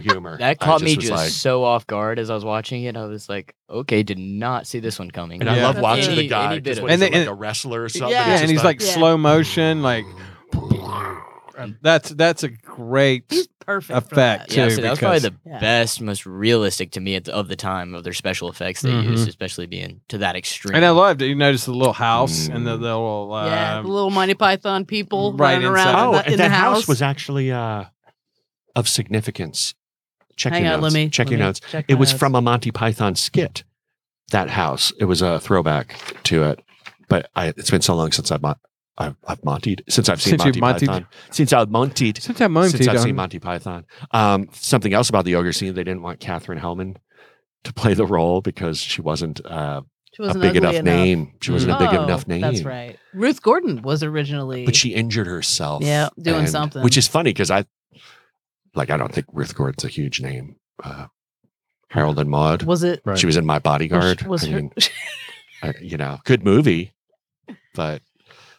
humor.
That
I
caught me
was
just so off guard as I was watching it. I was like, okay, did not see this one coming.
And I
Yeah.
love
That's
watching
any-
the guy,
any bit
just
of
what is
it.
it, like
And-
a wrestler or something.
Yeah.
It's
yeah,
just
and he's like
Yeah.
slow motion, like that's that's a great.
He's perfect. for
Effect,
that.
too.
yeah, so that was probably the
because-
Yeah.
best, most realistic to me at the, of the time of their special effects they
Mhm.
used,
Mm-hmm.
especially being to that extreme.
And I loved it. You noticed the little house and the
Mm.
little uh,
yeah, the little Monty Python people
right
running
inside.
around
oh,
in the,
and
in
that
the
house. was actually uh, of significance. Check
Hang
your
on,
notes.
let me
Check
let
your
me
notes.
check
It
my
was
notes.
from a Monty Python skit. That house. It was a throwback to it, but I, it's been so long since I've mon- I've, I've Montied since I've seen
Since you've
Monty
Montied.
Python. Since I've Montied.
since that moment,
since I've seen
Don-
Monty Python. Um, something else about the ogre scene, they didn't want Catherine Hellman to play the role because she wasn't uh,
she
a
wasn't
big
ugly
enough, name. She wasn't a big
Oh,
enough name.
That's right. Ruth Gordon was originally.
But she injured herself.
Yeah, doing something.
Which is funny because I, like, I don't think Ruth Gordon's a huge name. Uh, Harold and Maude.
was it.
Right.
She was in My Bodyguard.
Was, was
I
her,
mean, I- you know, good movie, but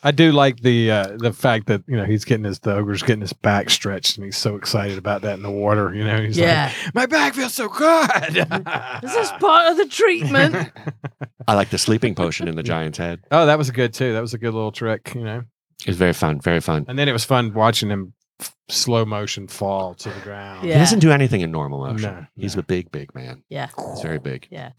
I do like the uh, the fact that you know he's getting his the ogre's getting his back stretched and he's so excited about that in the water. You know, he's
yeah,
like, my back feels so good.
this is part of the treatment.
I like the sleeping potion in the giant's head.
oh, that was good too. That was a good little trick. You know,
It was very fun. Very fun.
and then it was fun watching him f- slow motion fall to the ground.
Yeah.
He doesn't do anything in normal motion.
No,
He's
no.
a big, big man.
yeah,
He's very big.
yeah.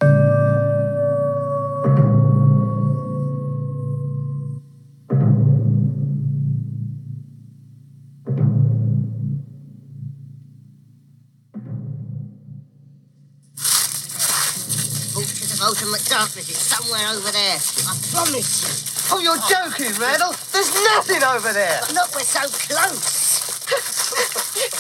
Vultures of ultimate darkness. It's somewhere over there. I promise you.
Oh, you're joking, Randall. There's nothing over there.
But look, we're so close.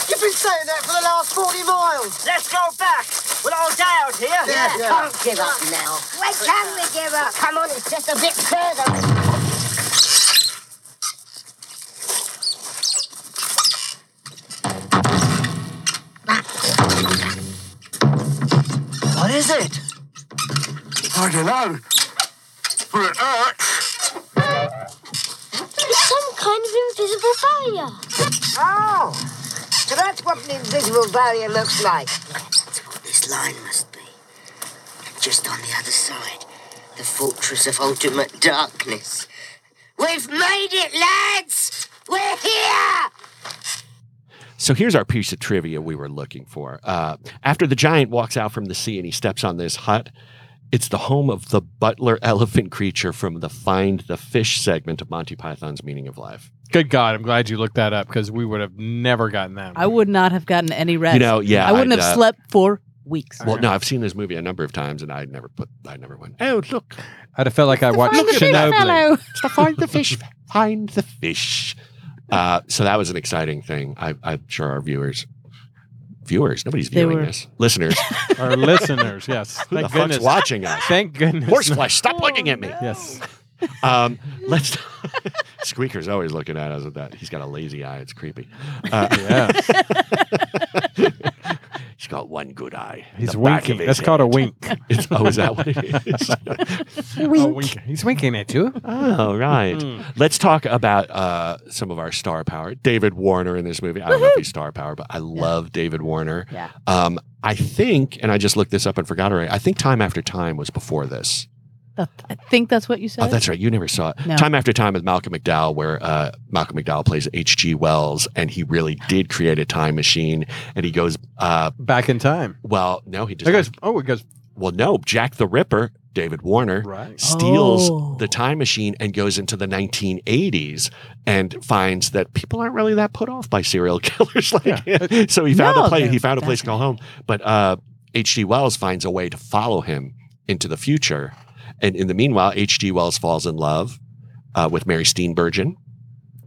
You've been saying that for the last 40 miles.
Let's go back. We'll all die out here.
Yeah,
yeah.
can't give up now. When can we give up? Come on, it's just a bit further.
What is it?
I don't know. But it hurts.
It's some kind of invisible barrier.
Oh, so that's what an invisible barrier looks like. That's what this line must be. Just on the other side, the fortress of ultimate darkness. We've made it, lads! We're here!
So here's our piece of trivia we were looking for. Uh, after the giant walks out from the sea and he steps on this hut, it's the home of the butler elephant creature from the Find the Fish segment of Monty Python's Meaning of Life.
Good God, I'm glad you looked that up because we would have never gotten that.
I would not have gotten any rest.
You know, yeah.
I wouldn't
I'd,
have
uh,
slept for weeks.
Well, no, I've seen this movie a number of times and I never put, I never went, oh, look,
I'd have felt like I watched Chernobyl.
It's the Find the Fish, Find the Fish. Uh, so that was an exciting thing. I, I'm sure our viewers, viewers, nobody's
They
viewing
were-
this, listeners,
Our listeners, yes.
who
Thank
the fuck's
goodness.
watching us?
Thank goodness.
Horseflesh, stop
Oh,
looking at me.
Oh.
Yes.
Um, let's. Squeaker's always looking at us with that. He's got a lazy eye. It's creepy. Uh,
Yeah.
he's got one good eye. in
He's
the back of
winking.
his
That's called a
head.
wink.
It's, oh, is that what it is?
A wink. He's winking at you.
oh, right.
Mm.
Let's talk about uh, some of our star power. David Warner in this movie. I don't know if he's star power, but I love David Warner.
Yeah.
Um, I think, and I just looked this up and forgot already. I think Time After Time was before this.
That- I think that's what you said.
Oh, that's right. You never saw it.
No.
Time after time with Malcolm McDowell, where uh, Malcolm McDowell plays H.G. Wells, and he really did create a time machine. And he goes, uh,
Back in time.
well, no, he just,
It goes, oh, it goes,
well, no, Jack the Ripper, David Warner,
right.
steals
Oh.
the time machine and goes into the 1980s and finds that people aren't really that put off by serial killers like him. So he found
No,
a place.
they're
He found a place to call home. But uh, H.G. Wells finds a way to follow him into the future, and in the meanwhile, H.G. Wells falls in love uh, with Mary Steenburgen.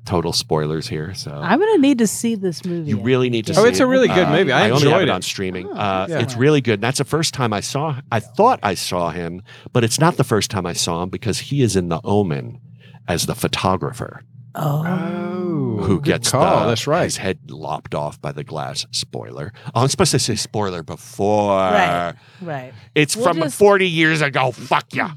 Total spoilers here. So
I'm gonna need to see this movie.
you really need to
Yeah.
see
Oh, it's a really good
Uh,
movie. I
only have
enjoyed
it,
it.
on streaming.
Oh,
uh,
yeah.
It's really good. And that's the first time I saw. I thought I saw him, but it's not the first time I saw him because he is in The Omen as the photographer
Oh,
who
Good
gets
call.
the-
That's right.
his head lopped off by the glass. Spoiler. Oh, I'm supposed to say spoiler before.
Right. right.
It's
We'll
from
just-
40 years ago. Fuck yeah.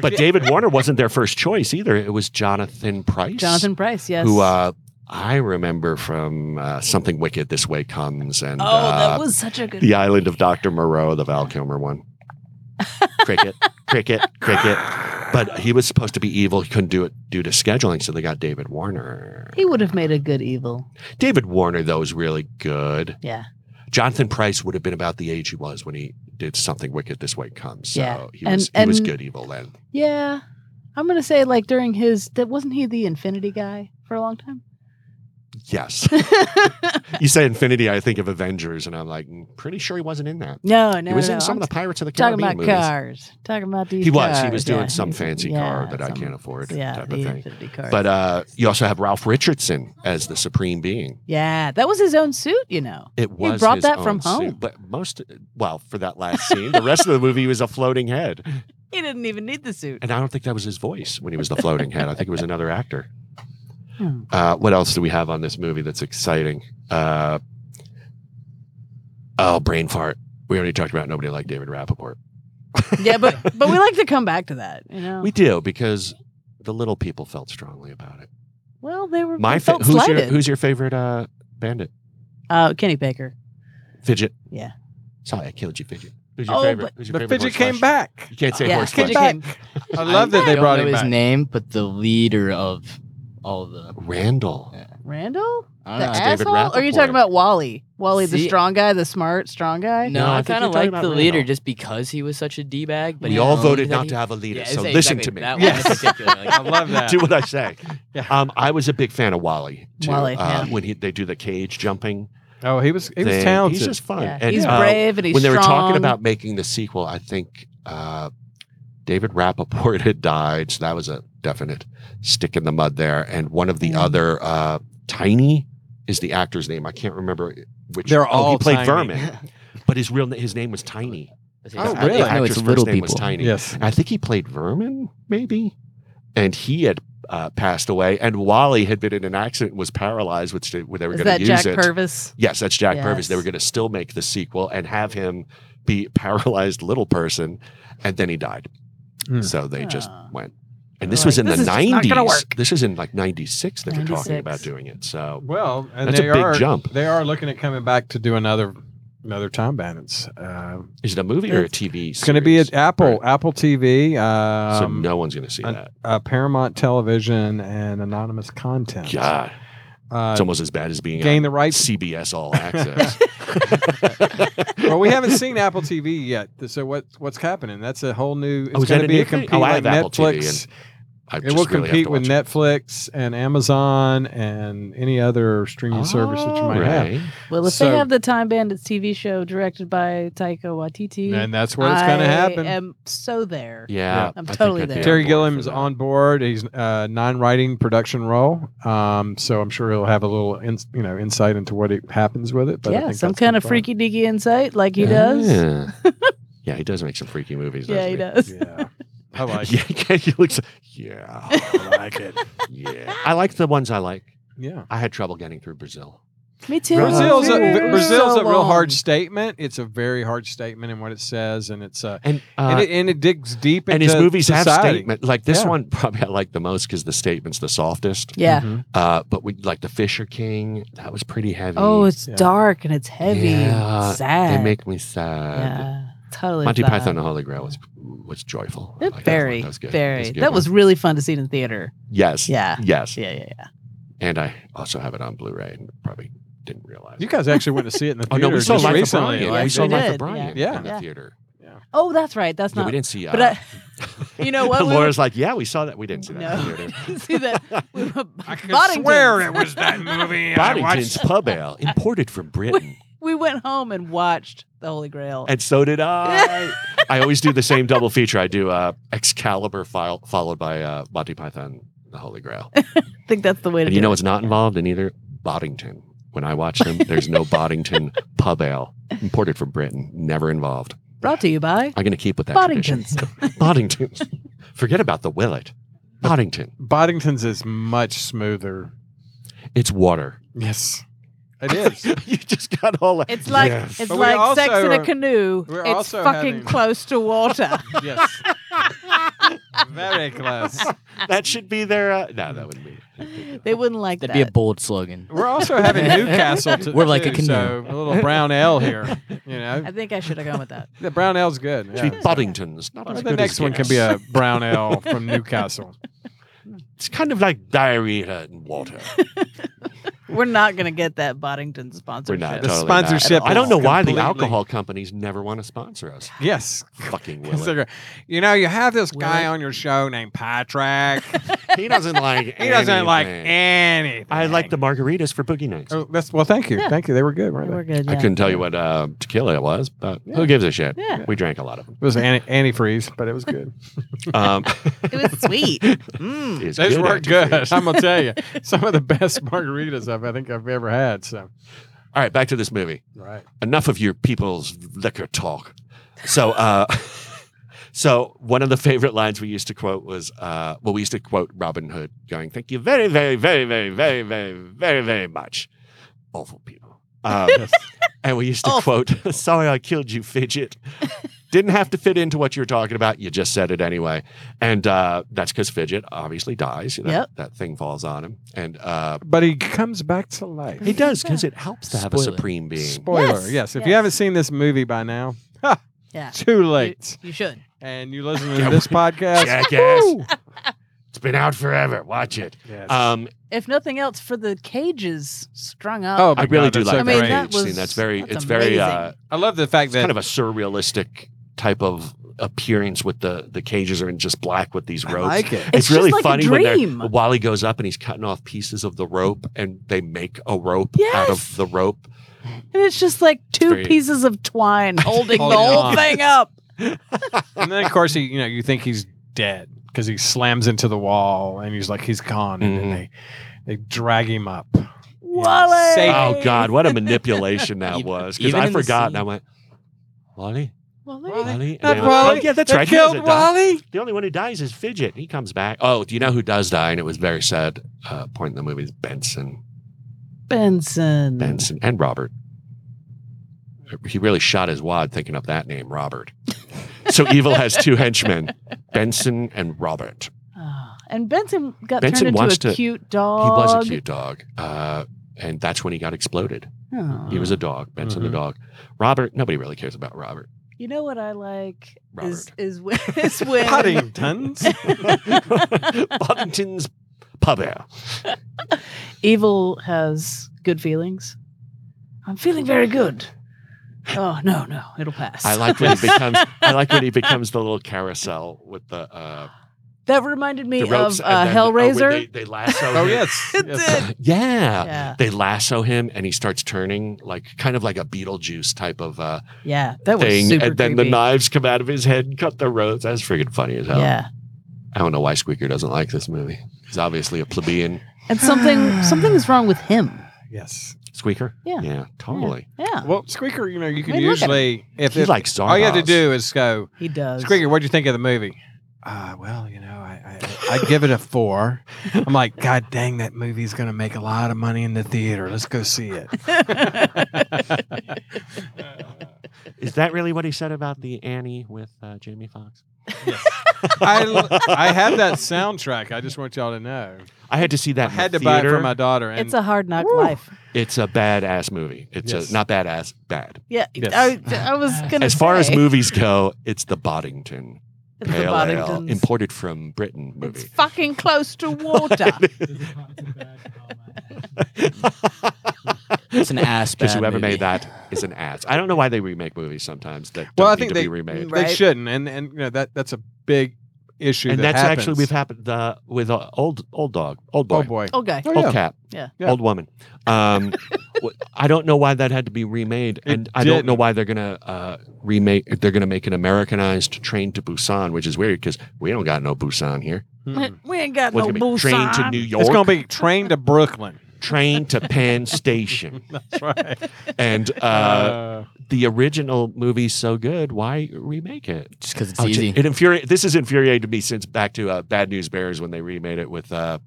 But David Warner wasn't their first choice either. It was Jonathan Price.
Jonathan Price, yes.
who uh, I remember from uh, Something Wicked This Way Comes and
oh,
uh,
that was such a good.
The Island of Dr. Moreau, the Val Kilmer one. cricket, cricket, cricket. But he was supposed to be evil. He couldn't do it due to scheduling, so they got David Warner.
He would have made a good evil.
David Warner, though, is really good.
Yeah.
Jonathan Price would have been about the age he was when he did Something Wicked This Way Comes. So
Yeah.
he was, he was
And- and-
good evil then.
Yeah. I'm gonna say like during his that wasn't he the infinity guy for a long time?
Yes. you say Infinity, I think of Avengers, and I'm like, "Mm, pretty sure he wasn't in that.
no, no.
he was
no,
in some
I'm
of the Pirates of the
talking
Caribbean
about
movies.
cars. Talking about these
He was. He
cars,
was doing
yeah.
some fancy
Yeah,
car that I
some-
can't afford,
Yeah,
type of
the
thing.
infinity car.
But uh, you also have Ralph Richardson as the supreme being.
yeah, that was his own suit, you know.
It was
brought
his
that from
own suit,
home.
but most well for that last scene. The rest of the movie he was a floating head,
He didn't even need the suit.
and I don't think that was his voice when he was the floating head. I think it was another actor.
Hmm.
Uh, what else do we have on this movie that's exciting? Uh, oh, brain fart. We already talked about nobody like David Rappaport.
yeah, but but we like to come back to that, you know.
We do because the little people felt strongly about it.
well, they were
My
they
fa-
felt
who's your
slighted.
who's your favorite uh, bandit?
uh, Kenny Baker.
Fidget.
Yeah.
Sorry, I killed you, Fidget. Who's your
Oh,
favorite?
but-
Who's your
The
favorite
fidget
horseflesh?
came back.
You can't say
yeah,
horseflesh.
Fidget came.
I love that they
don't
brought
know
him
his
back.
name, but the leader of all the.
Randall.
Randall?
I
The
don't know, Uh, David
asshole? Or are you talking
Rappaport.
about Wally? Wally, the
See-
strong guy, the smart, strong guy?
No,
No,
I
I
think
kind
you're
of
talking
like
about
the leader
Randall.
just because he was such a d bag. But
We
he
all
owned
voted
that
not
he-
to have a leader,
Yeah,
so
exa-
listen
exactly,
to me.
That
Yes.
one in particular.
I
Like,
love that.
Do what I say.
Yeah.
um, I was a big fan of Wally. Too,
Wally,
uh,
yeah.
When he, they do the cage jumping
Oh, he was he was
thing.
talented.
He's just fun. uh,
Yeah, he's brave and he's
When they were
strong.
talking about making the sequel, I think uh, David Rappaport had died, so that was a definite stick in the mud there. And one of the other uh, Tiny is the actor's name. I can't remember which.
They're
oh,
all
he
Tiny.
played Vermin, but his real na- his name was Tiny.
Oh,
The
really?
actor's
No, it's
first
Little
name was
People.
Tiny.
Yes.
I think he played Vermin, maybe. And he had uh, passed away, and Wally had been in an accident and was paralyzed, which they, where they were
Is
going to
that
use
Jack
it.
Purvis?
Yes, that's Jack Purvis. They were
Yes.
going to still make the sequel and have him be paralyzed little person, and then he died.
Hmm.
So they just
Ah.
went. And
They're
this was
like,
in
"This
the
is just not gonna
nineties.
work."
This is in like ninety six that they're talking
96.
about doing it. So
Well, and
That's a
they
big
are
jump.
they are looking at coming back to do another another Tom Bandits. Uh,
is it a movie or a
It's-
TV?
it's going to be at
series?
Apple Apple TV, um,
so no one's going to see
an-
that.
uh, Paramount Television, and anonymous content.
God,
Uh,
it's almost as bad as being
gain
on
the rights-
CBS All Access.
well, we haven't seen Apple TV yet, so what what's happening? That's a whole new. It's
Oh, is that
going
a
to be
new
a
thing?
compete
Oh, I
like
have Apple TV
Netflix.
and I
It will
just really have to
compete with
watch it.
Netflix and Amazon and any other streaming service that you might have.
Alright.
Well, if
So-
they have the Time Bandits TV show directed by Taika Waititi,
And that's where it's going to
I
happen.
am so there.
Yeah,
I'm
I think
totally
I'd be
there.
on
Terry
board for
Gilliam's
that.
on board. He's uh, non-writing production role, um, so I'm sure he'll have a little, in, you know, insight into what it happens with it. But I
yeah,
think
some
that's gonna
kind
be
of
fun.
freaky deaky insight like he does.
Yeah. yeah, he does make some freaky movies.
Yeah,
doesn't
he does.
Yeah, I like. it.
yeah, yeah, you look so- yeah, I like it. Yeah, I like the ones I like.
Yeah.
I had trouble getting through Brazil.
Me too.
Brazil's a,
Very
Brazil's
so
a real hard
long.
statement. It's a very hard statement in what it says, and it's uh,
And uh,
and,
and,
it, and it digs deep into
his movies have
society.
statement. Like this
Yeah.
one, probably I like the most because the statement's the softest.
Yeah.
Mhm.
Uh, but we like the Fisher King. That was pretty heavy.
Oh, it's
Yeah.
dark and it's heavy.
Yeah,
and sad.
They make me sad.
yeah, totally.
Monty
sad.
Python and the Holy Grail was was joyful. I
It
like that one.
very,
That was good.
very.
a
That, was,
good one.
really fun to see in theater.
yes,
Yeah.
yes.
Yeah, yeah, yeah.
And I also have it on Blu-ray and probably didn't realize.
You guys actually went to see it in the
Oh
theater
no, we saw
just
Life of
recently.
Brian.
like,
we
Yes,
saw
we
Life
did,
of Brian
yeah.
in the
Yeah.
theater.
Oh, that's right. That's
No,
not.
we didn't see. Uh,
but I, you know what?
and
we
Laura's like, yeah, we saw that. We didn't see that. in
no,
the theater.
see that. We were,
I could
Boddington's.
swear it was that movie. I
Boddington's
watched.
Pub Ale, imported from Britain,
we went home and watched The Holy Grail.
and so did I. I always do the same double feature. I do uh, Excalibur file, followed by uh, Monty Python, The Holy Grail.
I think that's the way to
And
do
you know
it.
what's not involved in either? Boddington. When I watch them, there's no Boddington Pub Ale, imported from Britain, never involved.
Brought to you by
I'm going to keep with that tradition.
Boddington's.
Boddington's. Forget about the Willet. Boddington.
Boddington's is much smoother.
It's water.
Yes, it is.
you just got all. Oh,
It's like
Yes.
it's
But we
like sex
also
in
are-
a canoe.
we're
It's
also
fucking
having-
close to water.
yes, very close.
that should be their. Uh, no, that wouldn't be.
they wouldn't like
That'd
that.
be a bold slogan.
We're also having Newcastle. To,
We're like a
too,
canoe.
So a little brown ale here. You know,
I think I should have gone with that.
the brown ale's good.
It
yeah.
should be Boddingtons. Not
Well,
as
the
good
next
as
one can
Guinness.
be a brown ale from Newcastle.
It's kind of like diarrhea and water.
We're not gonna get that Boddington
We're
sponsorship.
not
The
totally
sponsorship
Not. I don't
is
know why the
completely-
alcohol companies never want to sponsor us.
Yes.
Fucking Willet.
Cigarette. You know, you have this guy
Willet.
on your show named Patrick.
he doesn't like.
He doesn't like
anything.
anything.
I like the margaritas for boogie nights.
Oh, that's well. Thank you,
Yeah.
thank you. They were good,
They
weren't they?
We're good.
I
yeah.
couldn't tell you what uh, tequila it was, but who gives a shit?
Yeah.
We drank a lot of them.
It was anti- antifreeze, but it was good.
Um,
It was sweet. Mm.
it's
Those were
antifreeze.
good. I'm gonna tell you, some of the best margaritas I've, I think I've ever had. So,
All right, back to this movie.
right.
enough of your people's liquor talk. So, uh, so one of the favorite lines we used to quote was, uh, well, we used to quote Robin Hood going, thank you very, very, very, very, very, very, very, very much. Awful people. Um, and we used to quote, sorry I killed you, fidget. Didn't have to fit into what you were talking about. You just said it anyway. And uh, that's because Fidget obviously dies. You know,
Yep.
That thing falls on him. And uh,
But he comes back to life.
he does because it helps to have a
Spoiler.
supreme being.
Spoiler: Yes.
Yes,
if you
yes.
haven't seen this movie by now,
Yeah.
too late.
You should.
And you listen to this podcast.
Jackass. it's been out forever. Watch it.
Yes.
Um,
If nothing else, for the cages strung up.
oh, my
I really
God,
do
that's
like
so
I mean,
great.
that
cage scene.
was-
That's very,
that's
it's very, uh,
amazing.
I love the fact
it's kind
that
of a surrealistic type of appearance with the the cages are in just black with these ropes.
like it.
It's,
It's just
really
like a
funny when
dream.
they're Wally goes up and he's cutting off pieces of the rope and they make a rope out of the rope.
And it's just like two
Great.
pieces of twine holding the
Holding
whole
on.
thing up.
and then of course he, you know, you think he's dead because he slams into the wall and he's like he's gone, and then they they drag him up.
Wally!
Save-
Oh God, what a manipulation that was. Because
even
I
in the
forgot
scene.
and I went, Wally? Wally?
Not
And they went, oh,
Wally.
yeah, that's
They
right. He doesn't
killed
die.
Wally?
The only one who dies is Fidget. He comes back. Oh, do you know who does die? And it was very sad uh, point in the movie is Benson.
Benson.
Benson and Robert. He really shot his wad thinking up that name, Robert. so Evil has two henchmen, Benson and Robert.
Ah, And Benson got
Benson
turned
wants
into a
to-
cute dog.
He was a cute dog. Uh, and that's when he got exploded.
Aw.
He was a dog, Benson the dog. Robert, nobody really cares about Robert.
You know what I like is
Robert.
is when, is when
Puddingtons.
Puddington's pub ale.
evil has good feelings. I'm feeling very good. Oh no, no, it'll pass.
I like when he becomes I like when he becomes the little carousel with the uh
that reminded me
the ropes
of uh,
and then- oh, wait,
Hellraiser.
they, they lasso
Oh
him.
yes, yes.
Yeah.
Yeah.
They lasso him and he starts turning like kind of like a Beetlejuice type of uh
yeah, that was
thing.
super
and then the
creepy.
knives come out of his head and cut the ropes. That's freaking funny as hell.
Yeah.
I don't know why Squeaker doesn't like this movie. He's obviously a plebeian.
And something something's wrong with him.
yes.
Squeaker?
Yeah.
Yeah, totally.
Yeah.
Well, Squeaker, you know, you can
mean, look at
usually if
He's
if-
like
all you have to
Zardoz.
do is go.
He does.
Squeaker, what'd you think of the movie? Uh, well, you know, I, I I'd give it a four. I'm like, God dang, that movie's gonna make a lot of money in the theater. Let's go see it.
Is that really what he said about the Annie with uh, Jamie Foxx?
I I have that soundtrack. I just want y'all to know.
I had to see that.
I had
in the
to buy it
theater.
for my daughter. And
It's a hard knock life.
It's a badass movie. It's
Yes.
a, not badass, bad.
Yeah,
Yes.
I, I was gonna.
As far as
say,
movies go, it's the Boddington
It's the
Pale Ale
Boddingtons.
imported from Britain
it's
movie.
fucking close to water.
It's an ass
Because
bad
whoever
movie.
made that is an ass. I don't know why they remake movies sometimes that don't
well, I
need
think
to
they
be remade.
they
Right.
shouldn't, and and you know that that's a big issue.
and
that
that's
happens.
actually we've happened uh, with uh, old old dog, old boy,
Oh boy.
Okay.
Oh,
old
yeah.
cat,
Yeah.
Yeah.
old woman. Um, w- I don't know why that had to be remade, and I don't know
didn't.
why they're gonna uh, remake. They're gonna make an Americanized Train to Busan, which is weird because we don't got no Busan here.
Mm-mm.
We ain't got
What's
no
it gonna be? Train
bullseye.
to New York.
Hmm. It's gonna be train to Brooklyn.
Train to Penn Station,
That's right.
and uh,
Uh,
the original movie's so good. Why remake it?
just because it's
Oh,
easy.
gee, It infuri- This has infuriated me since back to uh, Bad News Bears when they remade it with. Uh,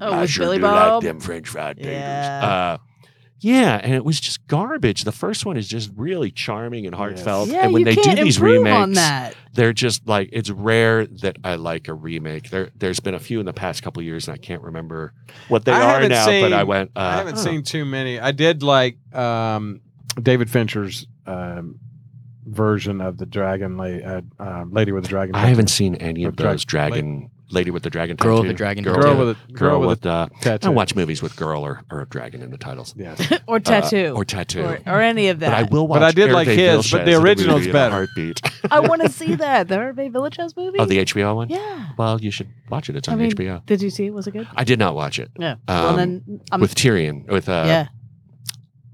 Oh,
I
with
sure
Billy
do
Bob.
like them French fried taters.
Yeah.
Uh, yeah, and it was just garbage. The first one is just really charming and heartfelt.
yeah,
and when
you
they do
can't
these
improve
remakes,
on that.
they're just like it's rare that I like a remake. There, there's been a few in the past couple years, and I can't remember what they
I
are
haven't
now. but I
seen-
went. Uh,
I haven't
huh.
seen too many. I did like um, David Fincher's um, version of the Dragon Lady, uh, um, Lady with the Dragon.
I haven't seen any of
With drag-
those dragon lady with the dragon
Girl with
tattoo.
the dragon
girl,
Girl
with,
with a
girl with, uh, I
tattoo.
don't watch movies with girl or, or a dragon in the titles
Yes.
or
Uh,
tattoo.
or tattoo.
or, or any of
but I
that.
will watch.
But I did like
Hervé
his, but
Villechaize
the
in movie
original's
in a
better.
Heartbeat.
I, want to see that the Hervé Villechaize movie.
Oh, the HBO one.
yeah.
Well, you should watch it. It's
I
on
mean,
HBO.
did you see it? Was it good?
I did not watch it
Yeah. well,
Um,
then I'm
with Tyrion. With uh,
yeah,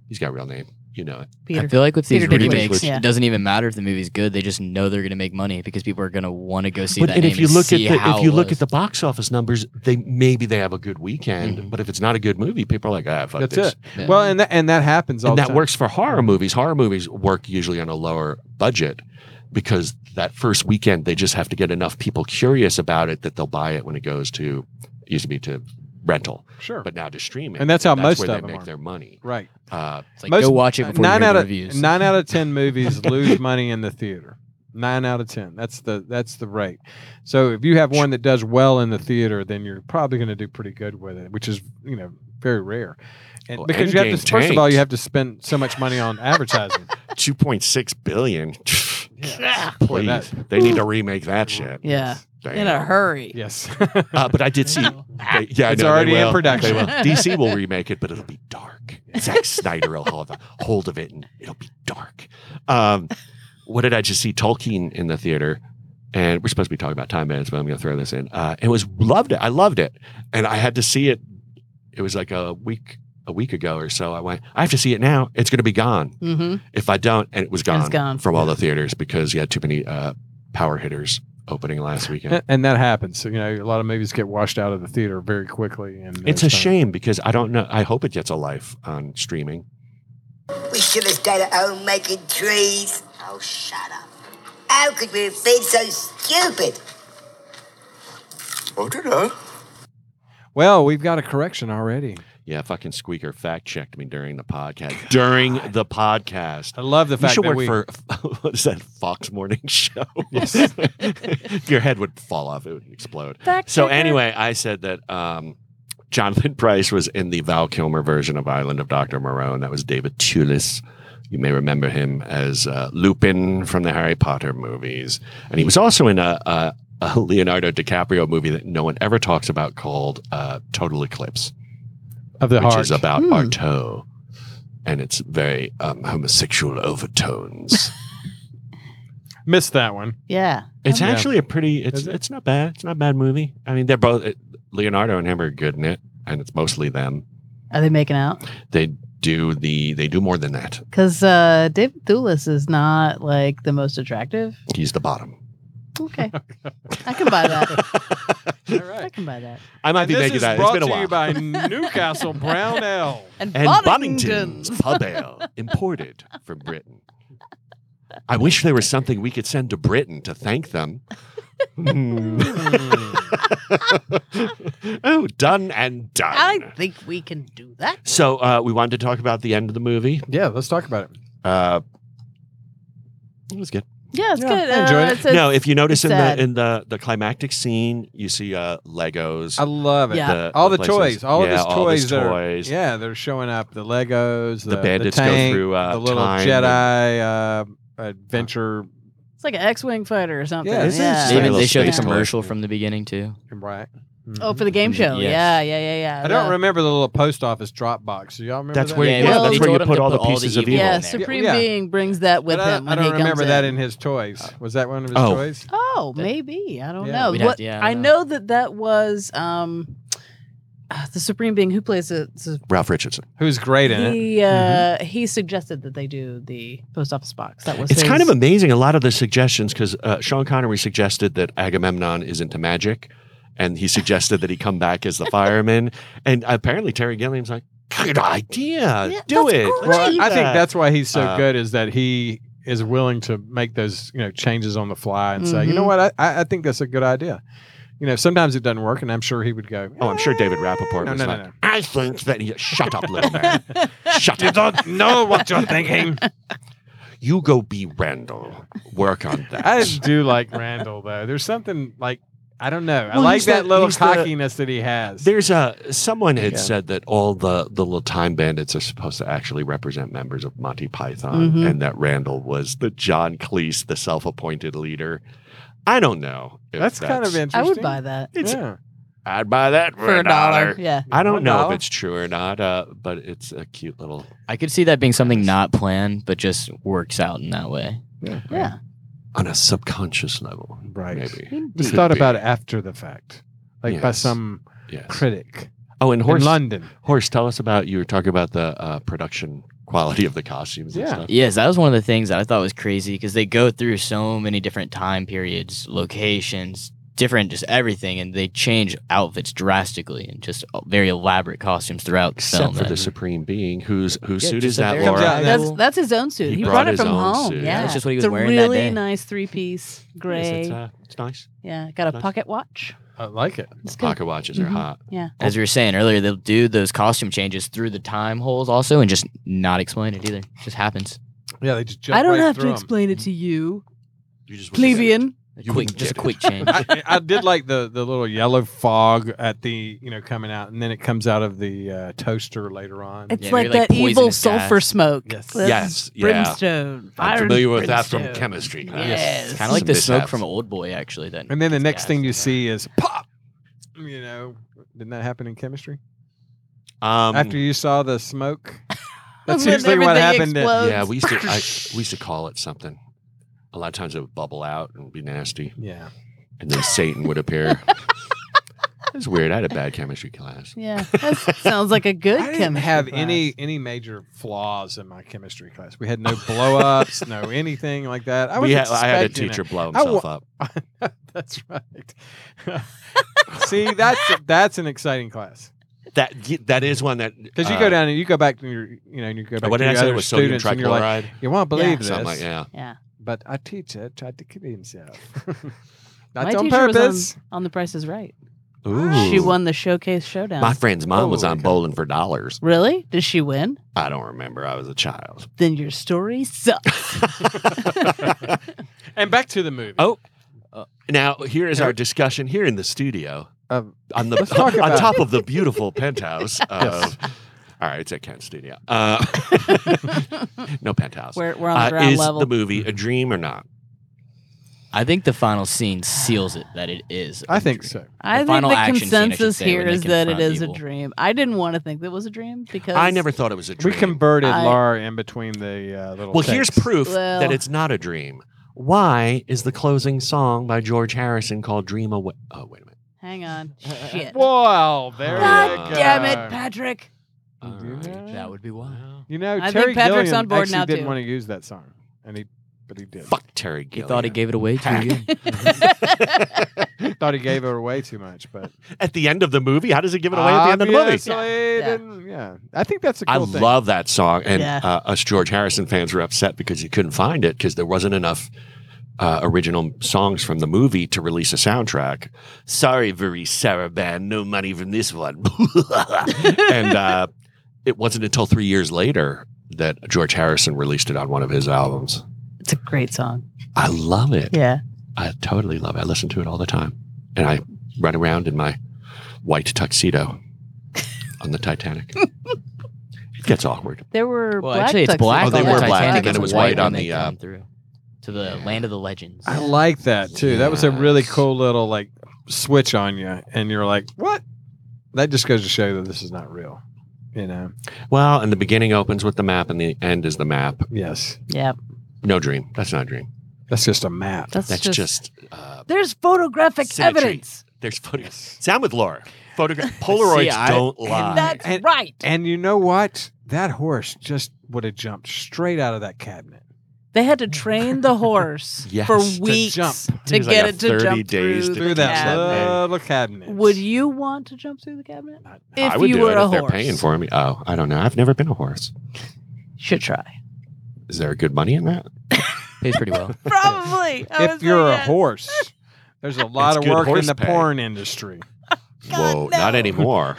he's got a real name. You know it.
I
Peter.
feel like with these
Peter Dinklage.
remakes,
Yeah.
it doesn't even matter if the movie's good. They just know they're going to make money because people are going to want to go see
But-
that.
and
name
if you look at
see
the
how
if
it
you look at
was.
the box office numbers, they maybe they have a good weekend.
Mhm.
But if it's not a good movie, people are like, ah, fuck
That's
this.
it. Well, and that, and that happens all
and
the
that
time.
works for horror movies. Horror movies work usually on a lower budget because that first weekend they just have to get enough people curious about it that they'll buy it when it goes to it used to be to rental,
Sure.
but now to streaming.
And that's how most
where
of
they
them
make
are.
their money.
right.
Uh,
It's like, go watch it before
nine
you read
out
the
of
reviews.
nine out of ten movies lose money in the theater. Nine out of ten. That's the that's the rate. So if you have one that does well in the theater, then you're probably going to do pretty good with it, which is you know very rare. And
Well,
because you have to
Endgame
first of all you
tanked.
have to spend so much money on advertising.
two point six billion.
Boy,
Please,
that-
they need to remake that shit.
yeah,
Damn.
in a hurry.
yes.
Uh, but I did
e-,
see. they- yeah, I
It's
know, they
already in
will.
production.
They will. DC will remake it, but it'll be dark. Zack Snyder will hold hold of it, and it'll be dark. Um, what did I just see? Tolkien in the theater. And we're supposed to be talking about time bands, but I'm going to throw this in. Uh, it was loved it. I loved it, and I had to see it. It was like a week, a week ago or so. I went. I have to see it now. It's going to be gone
Mm-hmm.
if I don't, and it was gone,
gone.
from all the theaters because you had too many uh, power hitters opening last weekend.
And, and that happens. So, you know, a lot of movies get washed out of the theater very quickly. And
it's a
there's not-
shame because I don't know. I hope it gets a life on streaming.
We should have stayed at home making trees. Oh, shut up. How could we have been so stupid?
I don't know.
Well, we've got a correction already.
Yeah, fucking Squeaker fact checked me during the podcast. During the podcast,
I love the
you
fact
should
that
work
we.
for what is that Fox Morning Show?
Yes.
Your head would fall off; it would explode.
Fact
so
checker.
anyway, I said that um, Jonathan Price was in the Val Kilmer version of Island of Doctor Moreau, and that was David Tulis. You may remember him as uh, Lupin from the Harry Potter movies, and he was also in a, a, a Leonardo DiCaprio movie that no one ever talks about called uh, Total Eclipse
of the
which
heart.
is about
Hmm.
Artaud, and it's very um, homosexual overtones.
Missed that one.
Yeah.
it's
Yeah.
actually a pretty. It's
Is it?
it's not bad. It's not a bad movie. I mean, they're both it, Leonardo and him are good in it, and it's mostly them.
Are they making out?
They do the they do more than that.
Because uh, David Thewlis is not like the most attractive.
He's the bottom.
Okay. I can buy that.
All
I
right.
can buy that.
I might
And
be
this
making
is
that. It's
brought
been a
to
while.
you by Newcastle Brown Ale.
and Boddington's Pub Ale, imported from Britain. I wish there was something we could send to Britain to thank them. Hmm. oh, done and done.
I think we can do that.
so uh, we wanted to talk about the end of the movie.
Yeah, let's talk about it.
Uh, it was good.
Yeah, it's
Yeah,
good. Uh,
I enjoy it.
it's- it's-
no, if you notice in
it's sad.
the in the the climactic scene, you see uh, Legos.
I love it.
Yeah.
All the,
places-
toys, all
yeah,
of his toys,
his
are
toys.
yeah, they're showing up. The Legos, the,
The bandits go
tank,
through, uh,
the little
time
Jedi uh, adventure.
It's like an X-wing fighter or something.
Yeah,
Yeah.
isn't it just
They,
like
even,
a
they
little
show the
space toy.
commercial from the beginning too.
Right. Mm-hmm.
Oh, for the game show.
Yes.
Yeah, yeah, yeah, yeah.
I don't
The-
remember the little post office drop box. Do y'all remember
That's
that?
where,
Yeah,
yeah,
well,
that's
they
where you
told him
put
to
all the
put all
pieces of
the evil
evil.
in
Yeah,
there.
Supreme
Yeah.
Being brings that with
But I,
him
I
when
don't
he comes
remember that in
in
his toys. Was that one of his
Uh, Oh.
toys?
Oh,
That-
maybe. I don't
Yeah.
know.
We'd have
What-
to- yeah, I
I
don't
know that that was um, ah, the Supreme Being who plays it. it's a-
Ralph Richardson.
Who's great in it?
He
Mm-hmm.
uh, he suggested that they do the post office box. That was
It's
his-
kind of amazing a lot of the suggestions because uh, Sean Connery suggested that Agamemnon is into magic, and he suggested that he come back as the fireman. And apparently Terry Gilliam's like, good idea,
Yeah,
do
that's
it.
great.
Well,
do
I think
that."
that's why he's so
Uh,
good is that he is willing to make those you know changes on the fly and say, you know
Mhm.
what, I, I I think that's a good idea. You know, sometimes it doesn't work, and I'm sure he would go.
Oh, I'm sure David
"Eh,
Rappaport
No,
was
no,
like,
no, no.
I think that he, shut up, little man. shut
You
up.
don't know what you're thinking.
You go be Randall. Work on that.
I do like Randall though. There's something like I don't know. I
Well,
like
he's
that
the-
little
he's the-
cockiness that he has.
There's a someone had
Yeah.
said that all the the little time bandits are supposed to actually represent members of Monty Python,
Mhm.
and that Randall was the John Cleese, the self-appointed leader. I don't know. if
that's, kind of interesting.
I would buy that
It's,
yeah.
I'd buy that for,
for a dollar. Yeah.
I don't
One
know
dollar.
if it's true or not, uh, but it's a cute little.
I could see that being something not planned, but just works out in that way.
Yeah.
On a subconscious level,
Right.
maybe.
Just
Could
thought
be.
about it after the fact, like by
Yes.
some
Yes.
critic
Oh, and
in
horse,
London.
horse. Tell us about you were talking about the uh, production quality of the costumes.
Yeah.
and stuff.
Yes, that was one of the things that I thought was crazy because they go through so many different time periods, locations, different just everything, and they change outfits drastically and just uh, very elaborate costumes throughout the
except
film.
for
And-
the supreme being whose whose
Yeah,
suit
just
is
a
that
very-
Comes out
laura uh,
in that-
That's that's his own suit.
He
He,
brought
brought, it
his
from
own
home.
suit.
Yeah.
That's just what he was
it's a
wearing that
really
day.
nice three piece
Yes,
gray.
it's, uh, it's nice
yeah. Got a
nice.
pocket watch.
I like it.
It's good.
pocket watches are
mm-hmm.
Mhm.
hot
Yeah.
As we were saying earlier, they'll do those costume changes through the time holes also and just not explain it either. just happens.
Yeah, they just jump
I don't
right
have to
through 'em.
explain it to you,
you just
plebeian.
A
You
quick,
wouldn't
just a
get it.
quick change.
I, I did like the the little yellow fog at the you know coming out, and then it comes out of the uh, toaster later on.
It's
Yeah,
like
maybe like
that evil
poisonous gas.
sulfur smoke.
Yes.
That's
Yes, yeah.
Brimstone.
i'm
Fire and
familiar with that from
brimstone.
chemistry class.
Yes.
Kind of like
Some
the smoke
mishaps.
from Old Boy, actually. That
and then the next
gas
thing you
is
see is pop. You know, didn't that happen in chemistry?
um
After you saw the smoke, that's
When
usually what happened.
everything
at-
explodes.
yeah we used to I, we used to call it something a lot of times it would bubble out and be nasty.
Yeah.
And then Satan would appear. It's weird. I had a bad chemistry class.
Yeah, that sounds like a good
I didn't
chemistry
have
class.
any any major flaws in my chemistry class. We had no blow ups, no anything like that. I was
we had, I had a
expecting it.
teacher blow
I
himself
wa-
up.
That's right. See, that's that's an exciting class
That that is one that
because you
uh,
go down and you go back to your you know you go back
What
to
did I
your
say? It
other
was sodium
students and you're like
trichloride.
you won't believe this.
Something like yeah.
Yeah,
But our teacher tried to kill himself.
my
That's on
teacher was
purpose.
on, on The Price is Right.
Ooh.
She won the showcase showdown.
My friend's mom was
Holy
on bowling for dollars.
really? Did she win?
I don't remember. I was a child.
Then your story sucks. um,
And back to the movie.
Oh, now here is our discussion here in the studio
Um,
on the
Let's talk
on
about-
top of the beautiful penthouse. Of, All right, it's at Kent Studio. Uh, no penthouse.
We're- we're on the
Uh,
ground
is
level.
the movie a dream or not?
I think the final scene seals it that it is.
I think so.
I think
final
the
action scene, I should
consensus
say, when
here
they
is that it
confront
is
evil.
a dream. I didn't want to think that was a dream because
I never thought it was a
We
dream.
converted
I-
Laura in between the uh, little.
well, here's
tapes.
proof
Well-
that it's not a dream. Why is the closing song by George Harrison called "Dream Away"? Oh, wait a minute.
Hang on, shit.
Well, there you
God
go.
damn it, Patrick!
You
All
do
right.
That would be why.
Well,
You know,
I think
Terry
Patrick's
Gilliam
on board
actually
now,
didn't
too.
want to use that song, and he, but he did.
Fuck Terry
He
Gilliam.
thought he gave it away to you.
Thought he gave it away too much, but
at the end of the movie. How does he give it away
Ah,
at the end of the movie?
obviously
Yeah.
didn't- yeah. I think that's a cool
I
thing.
love that song, and
Yeah.
uh, us George Harrison fans were upset because you couldn't find it because there wasn't enough uh, original songs from the movie to release a soundtrack. Sorry, very Sarah band, no money from this one. and uh, it wasn't until three years later that George Harrison released it on one of his albums.
It's a great song.
I love it.
Yeah,
I totally love it. I listen to it all the time, and I run around in my white tuxedo on the Titanic. it gets awkward.
there were
Well,
black
actually, it's
tuxedos
black.
Oh, they
on the
were black,
Titanic,
and then
it's
it was white
when
on
they
the, uh,
come through to the land of the legends.
I like that too. That was a really cool little like switch on you, and you're like, "What?" That just goes to show that this is not real. You know?
Well, and the beginning opens with the map, and the end is the map.
Yes,
Yeah,
No dream. That's not a dream.
that's just a map.
that's,
That's
just,
just. uh,
there's photographic
Symmetry.
evidence.
there's photographs. Sound with Laura. Photograph. Polaroids
See, I-
don't
and
lie.
That's
And-
right.
and you know what? That horse just would have jumped straight out of that cabinet.
They had to train the horse
Yes,
for
to
weeks to,
jump.
It was like
get
a
it to
30
jump
days
through,
to
Through
the
that
cabinet.
cabinet.
little cabinet.
Would you want to jump through the cabinet? If
I would
you
do
were
it
a
if they're
horse,
paying for me. Oh, I don't know. I've never been a horse.
should try.
Is there good money in that?
Pays pretty well.
Probably. I would
if
say
you're a
yes.
horse, there's a lot
It's
of
good
work in
horse
the
pay.
porn industry.
Whoa, not anymore.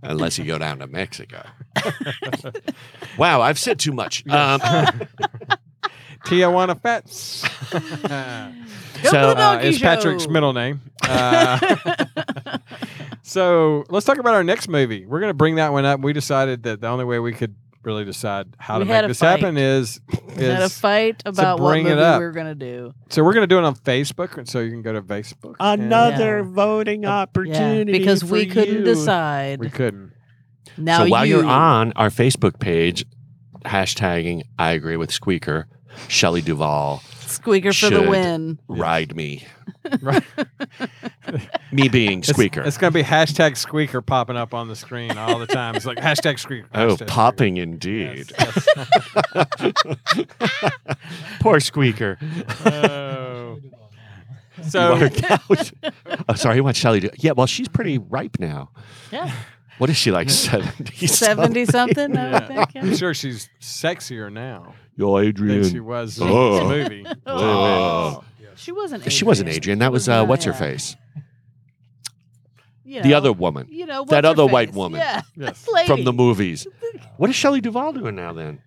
Unless you go down to Mexico. wow, I've said too much. Um,
Tijuana Fats.
Go
So,
to the
uh,
donkey
is Patrick's
show.
middle name. Uh, so let's talk about our next movie. We're going to bring that one up. We decided that the only way we could really decide how
We
to
had
make
a
this
fight.
happen is,
We had a
is
fight about what
bring it
movie
up.
we were gonna do.
so we're going to do it on Facebook, and so you can go to Facebook. and
Another
voting
Yeah, because we couldn't decide.
we couldn't.
now
so while
you,
are on our Facebook page, hashtagging I agree with Squeaker, Shelley Duvall,
squeaker for the
should.
win.
ride me.
Right.
Me being
It's-
Squeaker.
It's, going to be hashtag squeaker popping up on the screen all the time. It's like hashtag squeaker.
oh,
hashtag
popping
squeaker.
indeed.
Yes,
Poor Squeaker.
yes. Oh. So
Marked out. oh, sorry, you want Shelley Duvall. Yeah, well, she's pretty ripe now.
Yeah,
What is she like, 70?
seventy something. I
Yeah.
would think.
I'm
yeah.
sure she's sexier now
Yo,
than she
Adrian.
was
Oh.
in this movie.
Oh.
She wasn't. Adrian.
She wasn't Adrian. That was, uh,
Yeah,
what's her
yeah.
face?
You
The
know,
other woman
You know
that
what's her
other white
face?
woman
Yeah,
Yes.
lady.
from the movies. What is Shelley Duvall doing now then?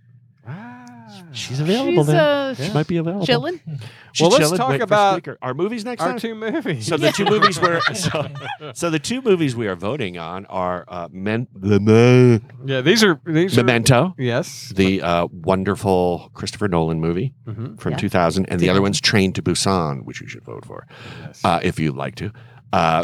Ah.
She's available
She's
then.
uh,
She might be available.
chilling.
She's
Well, let's
chilling.
talk
Wait for
about
Squeaker. our movies next
Our
time.
two movies.
So the two movies we're so, so the two movies we are voting on are uh, Men- the Me-
yeah, these are these are-
Memento,
Yes.
the uh, wonderful Christopher Nolan movie
Mhm.
from
Yeah.
2000, and the other one's Train to Busan, which you should vote for
Yes.
uh, if you'd like to. Uh,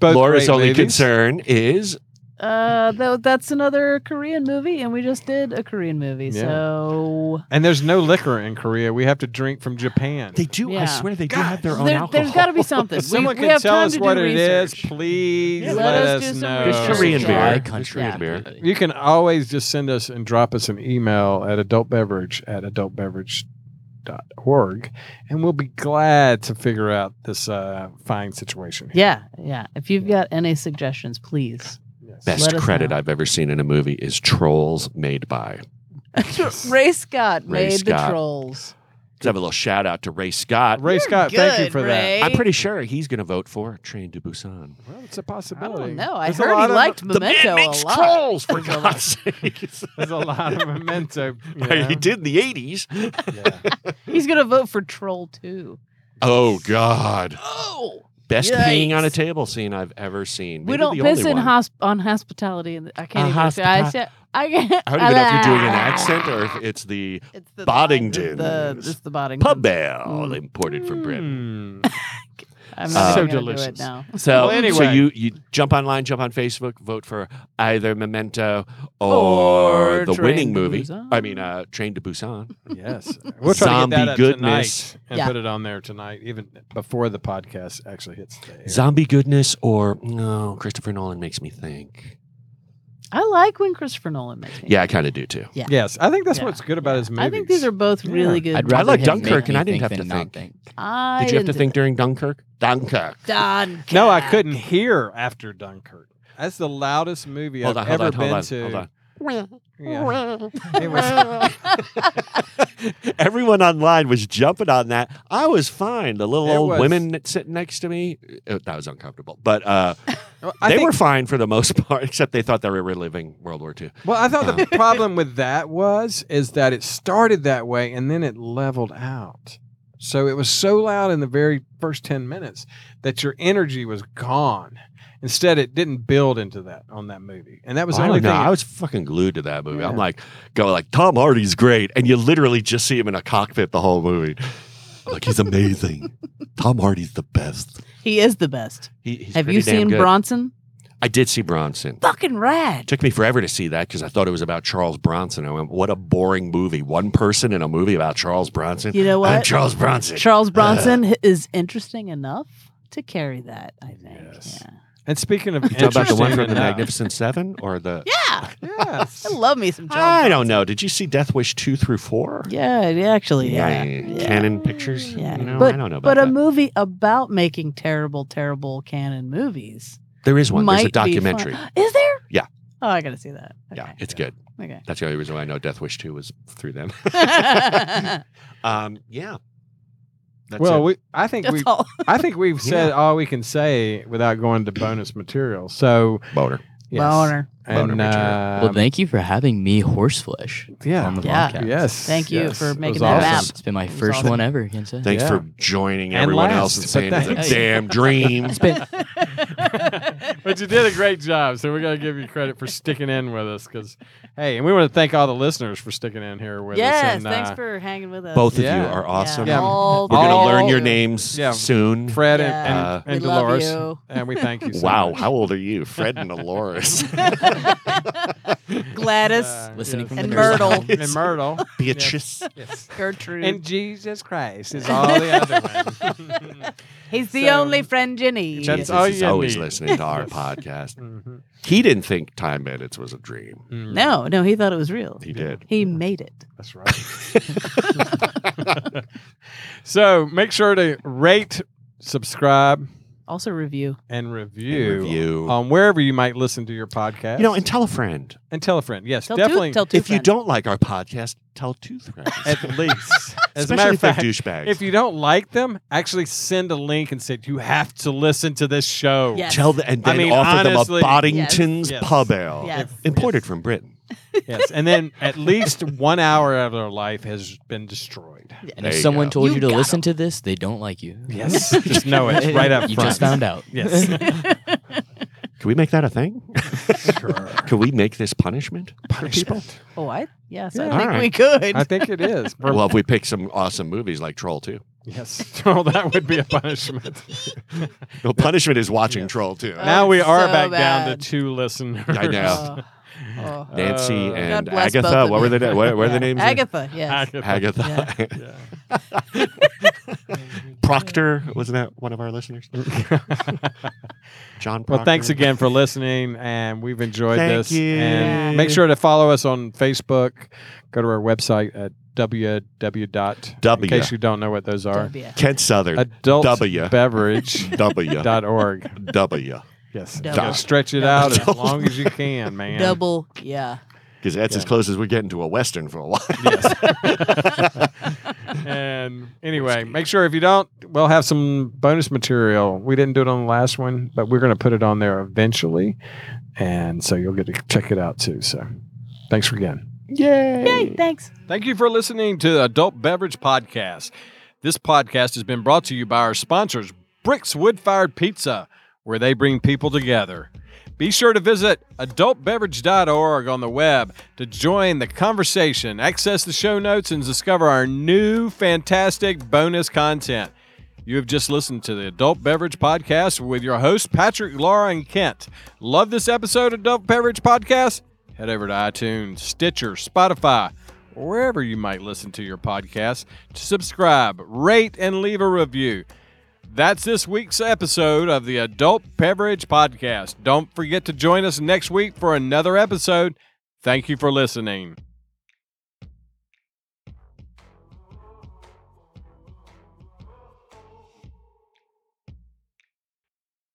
Both
Laura's
great
only
movies.
concern is
Uh, tho- that's another Korean movie, and we just did a Korean movie.
Yeah.
So
And there's no liquor in Korea. We have to drink from Japan.
They do.
Yeah.
I swear they do have their own
there,
alcohol.
has got to be something.
If someone
we,
can
we have
tell
time
us
to
what
do
it
research.
is, please
Yeah,
let,
let us
us,
do some
know.
There's Korean
Dry
beer. There's
country
Korean beer.
activity.
You can always just send us and drop us an email at adultbeverage at adultbeverage.org, and we'll be glad to figure out this uh, fine situation. here.
Yeah, yeah. If you've got any suggestions, please.
Best
Let us
credit
know.
I've ever seen in a movie is Trolls made by.
Ray Scott
Ray
made
Scott.
the trolls.
Let's have a little shout out to Ray Scott.
Ray Scott, thank you for that.
I'm pretty sure he's going to vote for Train to Busan.
Well, it's a
I
possibility.
don't know. Oh, I
There's a
heard
lot
he
of-
liked
The
Memento
man makes
a lot.
trolls, for God's sake.
There's a lot of memento. you know?
He did in the 80s.
Yeah.
He's gonna vote for Troll Two.
Oh, God.
Oh,
Best
Yikes.
peeing on a table scene I've ever seen.
we
Maybe
don't
the
piss
only
in
one.
hosp- on hospitality. And I can't
Uh,
even. Say, I,
hospita-
said- I can't.
I don't even know if you're doing an accent or if it's the
It's the
Boddington.
The, it's the Boddington.
pub ale
Mm.
imported from Britain.
Hmm.
I'm
Uh,
not
So
even gonna Do it
delicious.
now.
So,
Well,
so
anyway.
you, you jump online, jump on Facebook, vote for either Memento or,
Or
the
Train
winning
to
movie.
Busan.
I mean, uh, Train to Busan.
Yes. We'll try to get that
Zombie
up
goodness.
tonight and
Yeah.
put it on there tonight, even before the podcast actually hits the air.
Zombie goodness or no? Christopher Nolan makes me think.
I like when Christopher Nolan makes me.
Yeah, I kind of do too.
Yes. I think that's
Yeah.
what's good about his movies.
I think these are both really good.
I'd rather- like
him make
Dunkirk,
me
and I didn't have
than
to
not
think.
I
Did you have to
didn't-
think during Dunkirk? Dunkirk.
Done.
No, I couldn't hear after Dunkirk. That's the loudest movie
Hold on,
I've
hold
ever
on, hold
been
on,
to.
hold on.
Yeah. It was-
Everyone online was jumping on that. I was fine. The little
It
old
was-
women sitting next to me, uh, that was uncomfortable. But uh,
I
they
think-
were fine for the most part, except they thought they were reliving World War II.
well, I thought the problem with that was is that it started that way and then it leveled out. So it was so loud in the very first 10 minutes that your energy was gone. Instead, it didn't build into that on that movie. And that was the
I
only
don't know.
thing.
I was fucking glued to that movie. I'm
Yeah.
like, go like Tom Hardy's great, and you literally just see him in a cockpit the whole movie. I'm like he's amazing. Tom Hardy's the best.
He is the best.
He, he's
have
pretty
you
damn
seen
good.
Bronson?
I did see Bronson.
Fucking rad.
took me forever to see that because I thought it was about Charles Bronson. I went, what a boring movie. One person in a movie about Charles Bronson.
You know
I'm
what?
Charles Bronson.
Charles Bronson h- is interesting enough to carry that. I think.
Yes.
Yeah.
and speaking of
You talk about the
interesting
one from the
enough-
Magnificent Seven or the.
Yeah.
Yes.
I love me some Charles.
I don't know. Did you see Death Wish two through four?
Yeah, it actually. Yeah.
Yeah,
yeah.
Canon Pictures.
Yeah.
You know,
but
I don't know about
but a
that.
movie about making terrible, terrible canon movies.
there is one. There's a
might be fun.
documentary.
Is there?
Yeah.
Oh, I gotta see that.
Yeah,
Okay.
it's good.
Okay.
That's the only reason why I know Death Wish two was through them.
That's
um, yeah. That's
well,
it.
we, I think we,
all.
I think we've said all we can say without going to bonus material. So,
boner.
yes.
Boner.
and
Boner material.
uh,
well, thank you for having me, horseflesh.
yeah,
on the
Yeah.
podcast.
yes,
Thank you
yes.
for
It was
making
that
awesome.
It's been my
was
first
awesome.
one ever. Can say.
Thanks
Yeah.
for joining
And
everyone
last,
else and
but
saying it's
thanks.
a damn dream.
But you did a great job, so we're gonna give you credit for sticking in with us. Because hey, and we want to thank all the listeners for sticking in here with us.
yes,
and,
thanks
uh,
for hanging with us.
Both of you
Yeah.
are awesome.
Yeah.
all
We're
three
gonna
All-
of
learn your
you.
names
Yeah.
soon.
Fred and- and,
Yeah.
and,
We love
Dolores,
you.
and we thank you. So
wow,
much.
how old are you, Fred and Dolores?
Gladys,
Uh,
Listening from
And
the
Myrtle.
nursery.
and Myrtle,
Beatrice.
yes.
Gertrude.
and Jesus Christ is all the other one.
He's the
so-
only friend you need.
That's
Jesus
all
is
you
always
need.
listening to our podcast.
Mhm.
He didn't think time minutes was a dream.
Mm.
No, no, he thought it was real.
He did.
He made it.
That's right. so make sure to rate, subscribe,
Also, review.
and review,
And review.
on Um, wherever you might listen to your podcast.
You know, and tell a friend.
and tell a friend. Yes,
Tell
definitely.
two, tell two
if you
friends.
don't like our podcast, tell two friends.
at least. As a
Especially
matter of
if they're
fact,
douchebags.
if you don't like them, actually send a link and say you have to listen to this show.
Yes.
tell the, and
I
then
mean,
offer
honestly-
them a Boddington's
Yes.
pub ale
Yes.
imported from Britain.
Yes, and then at least one hour of their life has been destroyed.
And
There
if
you
someone
go.
told
You
you, to
got
listen to this, they don't like you.
Yes, just know it right up
you
front.
just found out.
Yes,
Can we make that a thing?
sure.
Can we make this punishment? Punishment.
Oh, I yes,
Yeah.
I think
All right.
we could.
I think it is. We're
Well, if we pick some awesome movies like Troll 2.
Yes. Well, that would be a punishment.
Well, punishment is watching Troll too.
Uh,
now we are
so
back down
bad.
to two listeners.
I know.
Oh.
Nancy
Uh,
and
God bless both
Agatha.
of
What were
you.
they? What were
Yeah.
the names?
Agatha, yes.
Agatha. Proctor wasn't that one of our listeners? John. Proctor.
Well, thanks again for listening, and we've enjoyed
Thank
this.
you.
And make sure to follow us on Facebook. Go to our website at www. dot.
W.
In case you don't know what those are,
W.
Kent Southern.
adult
W.
beverage
W.
dot org.
W.
Yes,
Double.
You gotta stretch it out as
Double.
long as you can, man.
Double, yeah.
Because that's as
Yeah.
close as we're getting to a Western for a while.
And anyway, make sure if you don't, we'll have some bonus material. We didn't do it on the last one, but we're going to put it on there eventually, and so you'll get to check it out too. So, thanks again.
Yay, thanks.
Thank you for listening to the Adult Beverage Podcast. This podcast has been brought to you by our sponsors, Bricks Wood Fired Pizza, where they bring people together. Be sure to visit adultbeverage.org on the web to join the conversation, access the show notes, and discover our new fantastic bonus content. You have just listened to the Adult Beverage Podcast with your hosts, Patrick, Laura, and Kent. Love this episode of Adult Beverage Podcast? Head over to iTunes, Stitcher, Spotify, or wherever you might listen to your podcast to subscribe, rate, and leave a review. That's this week's episode of the Adult Beverage Podcast. Don't forget to join us next week for another episode. Thank you for listening.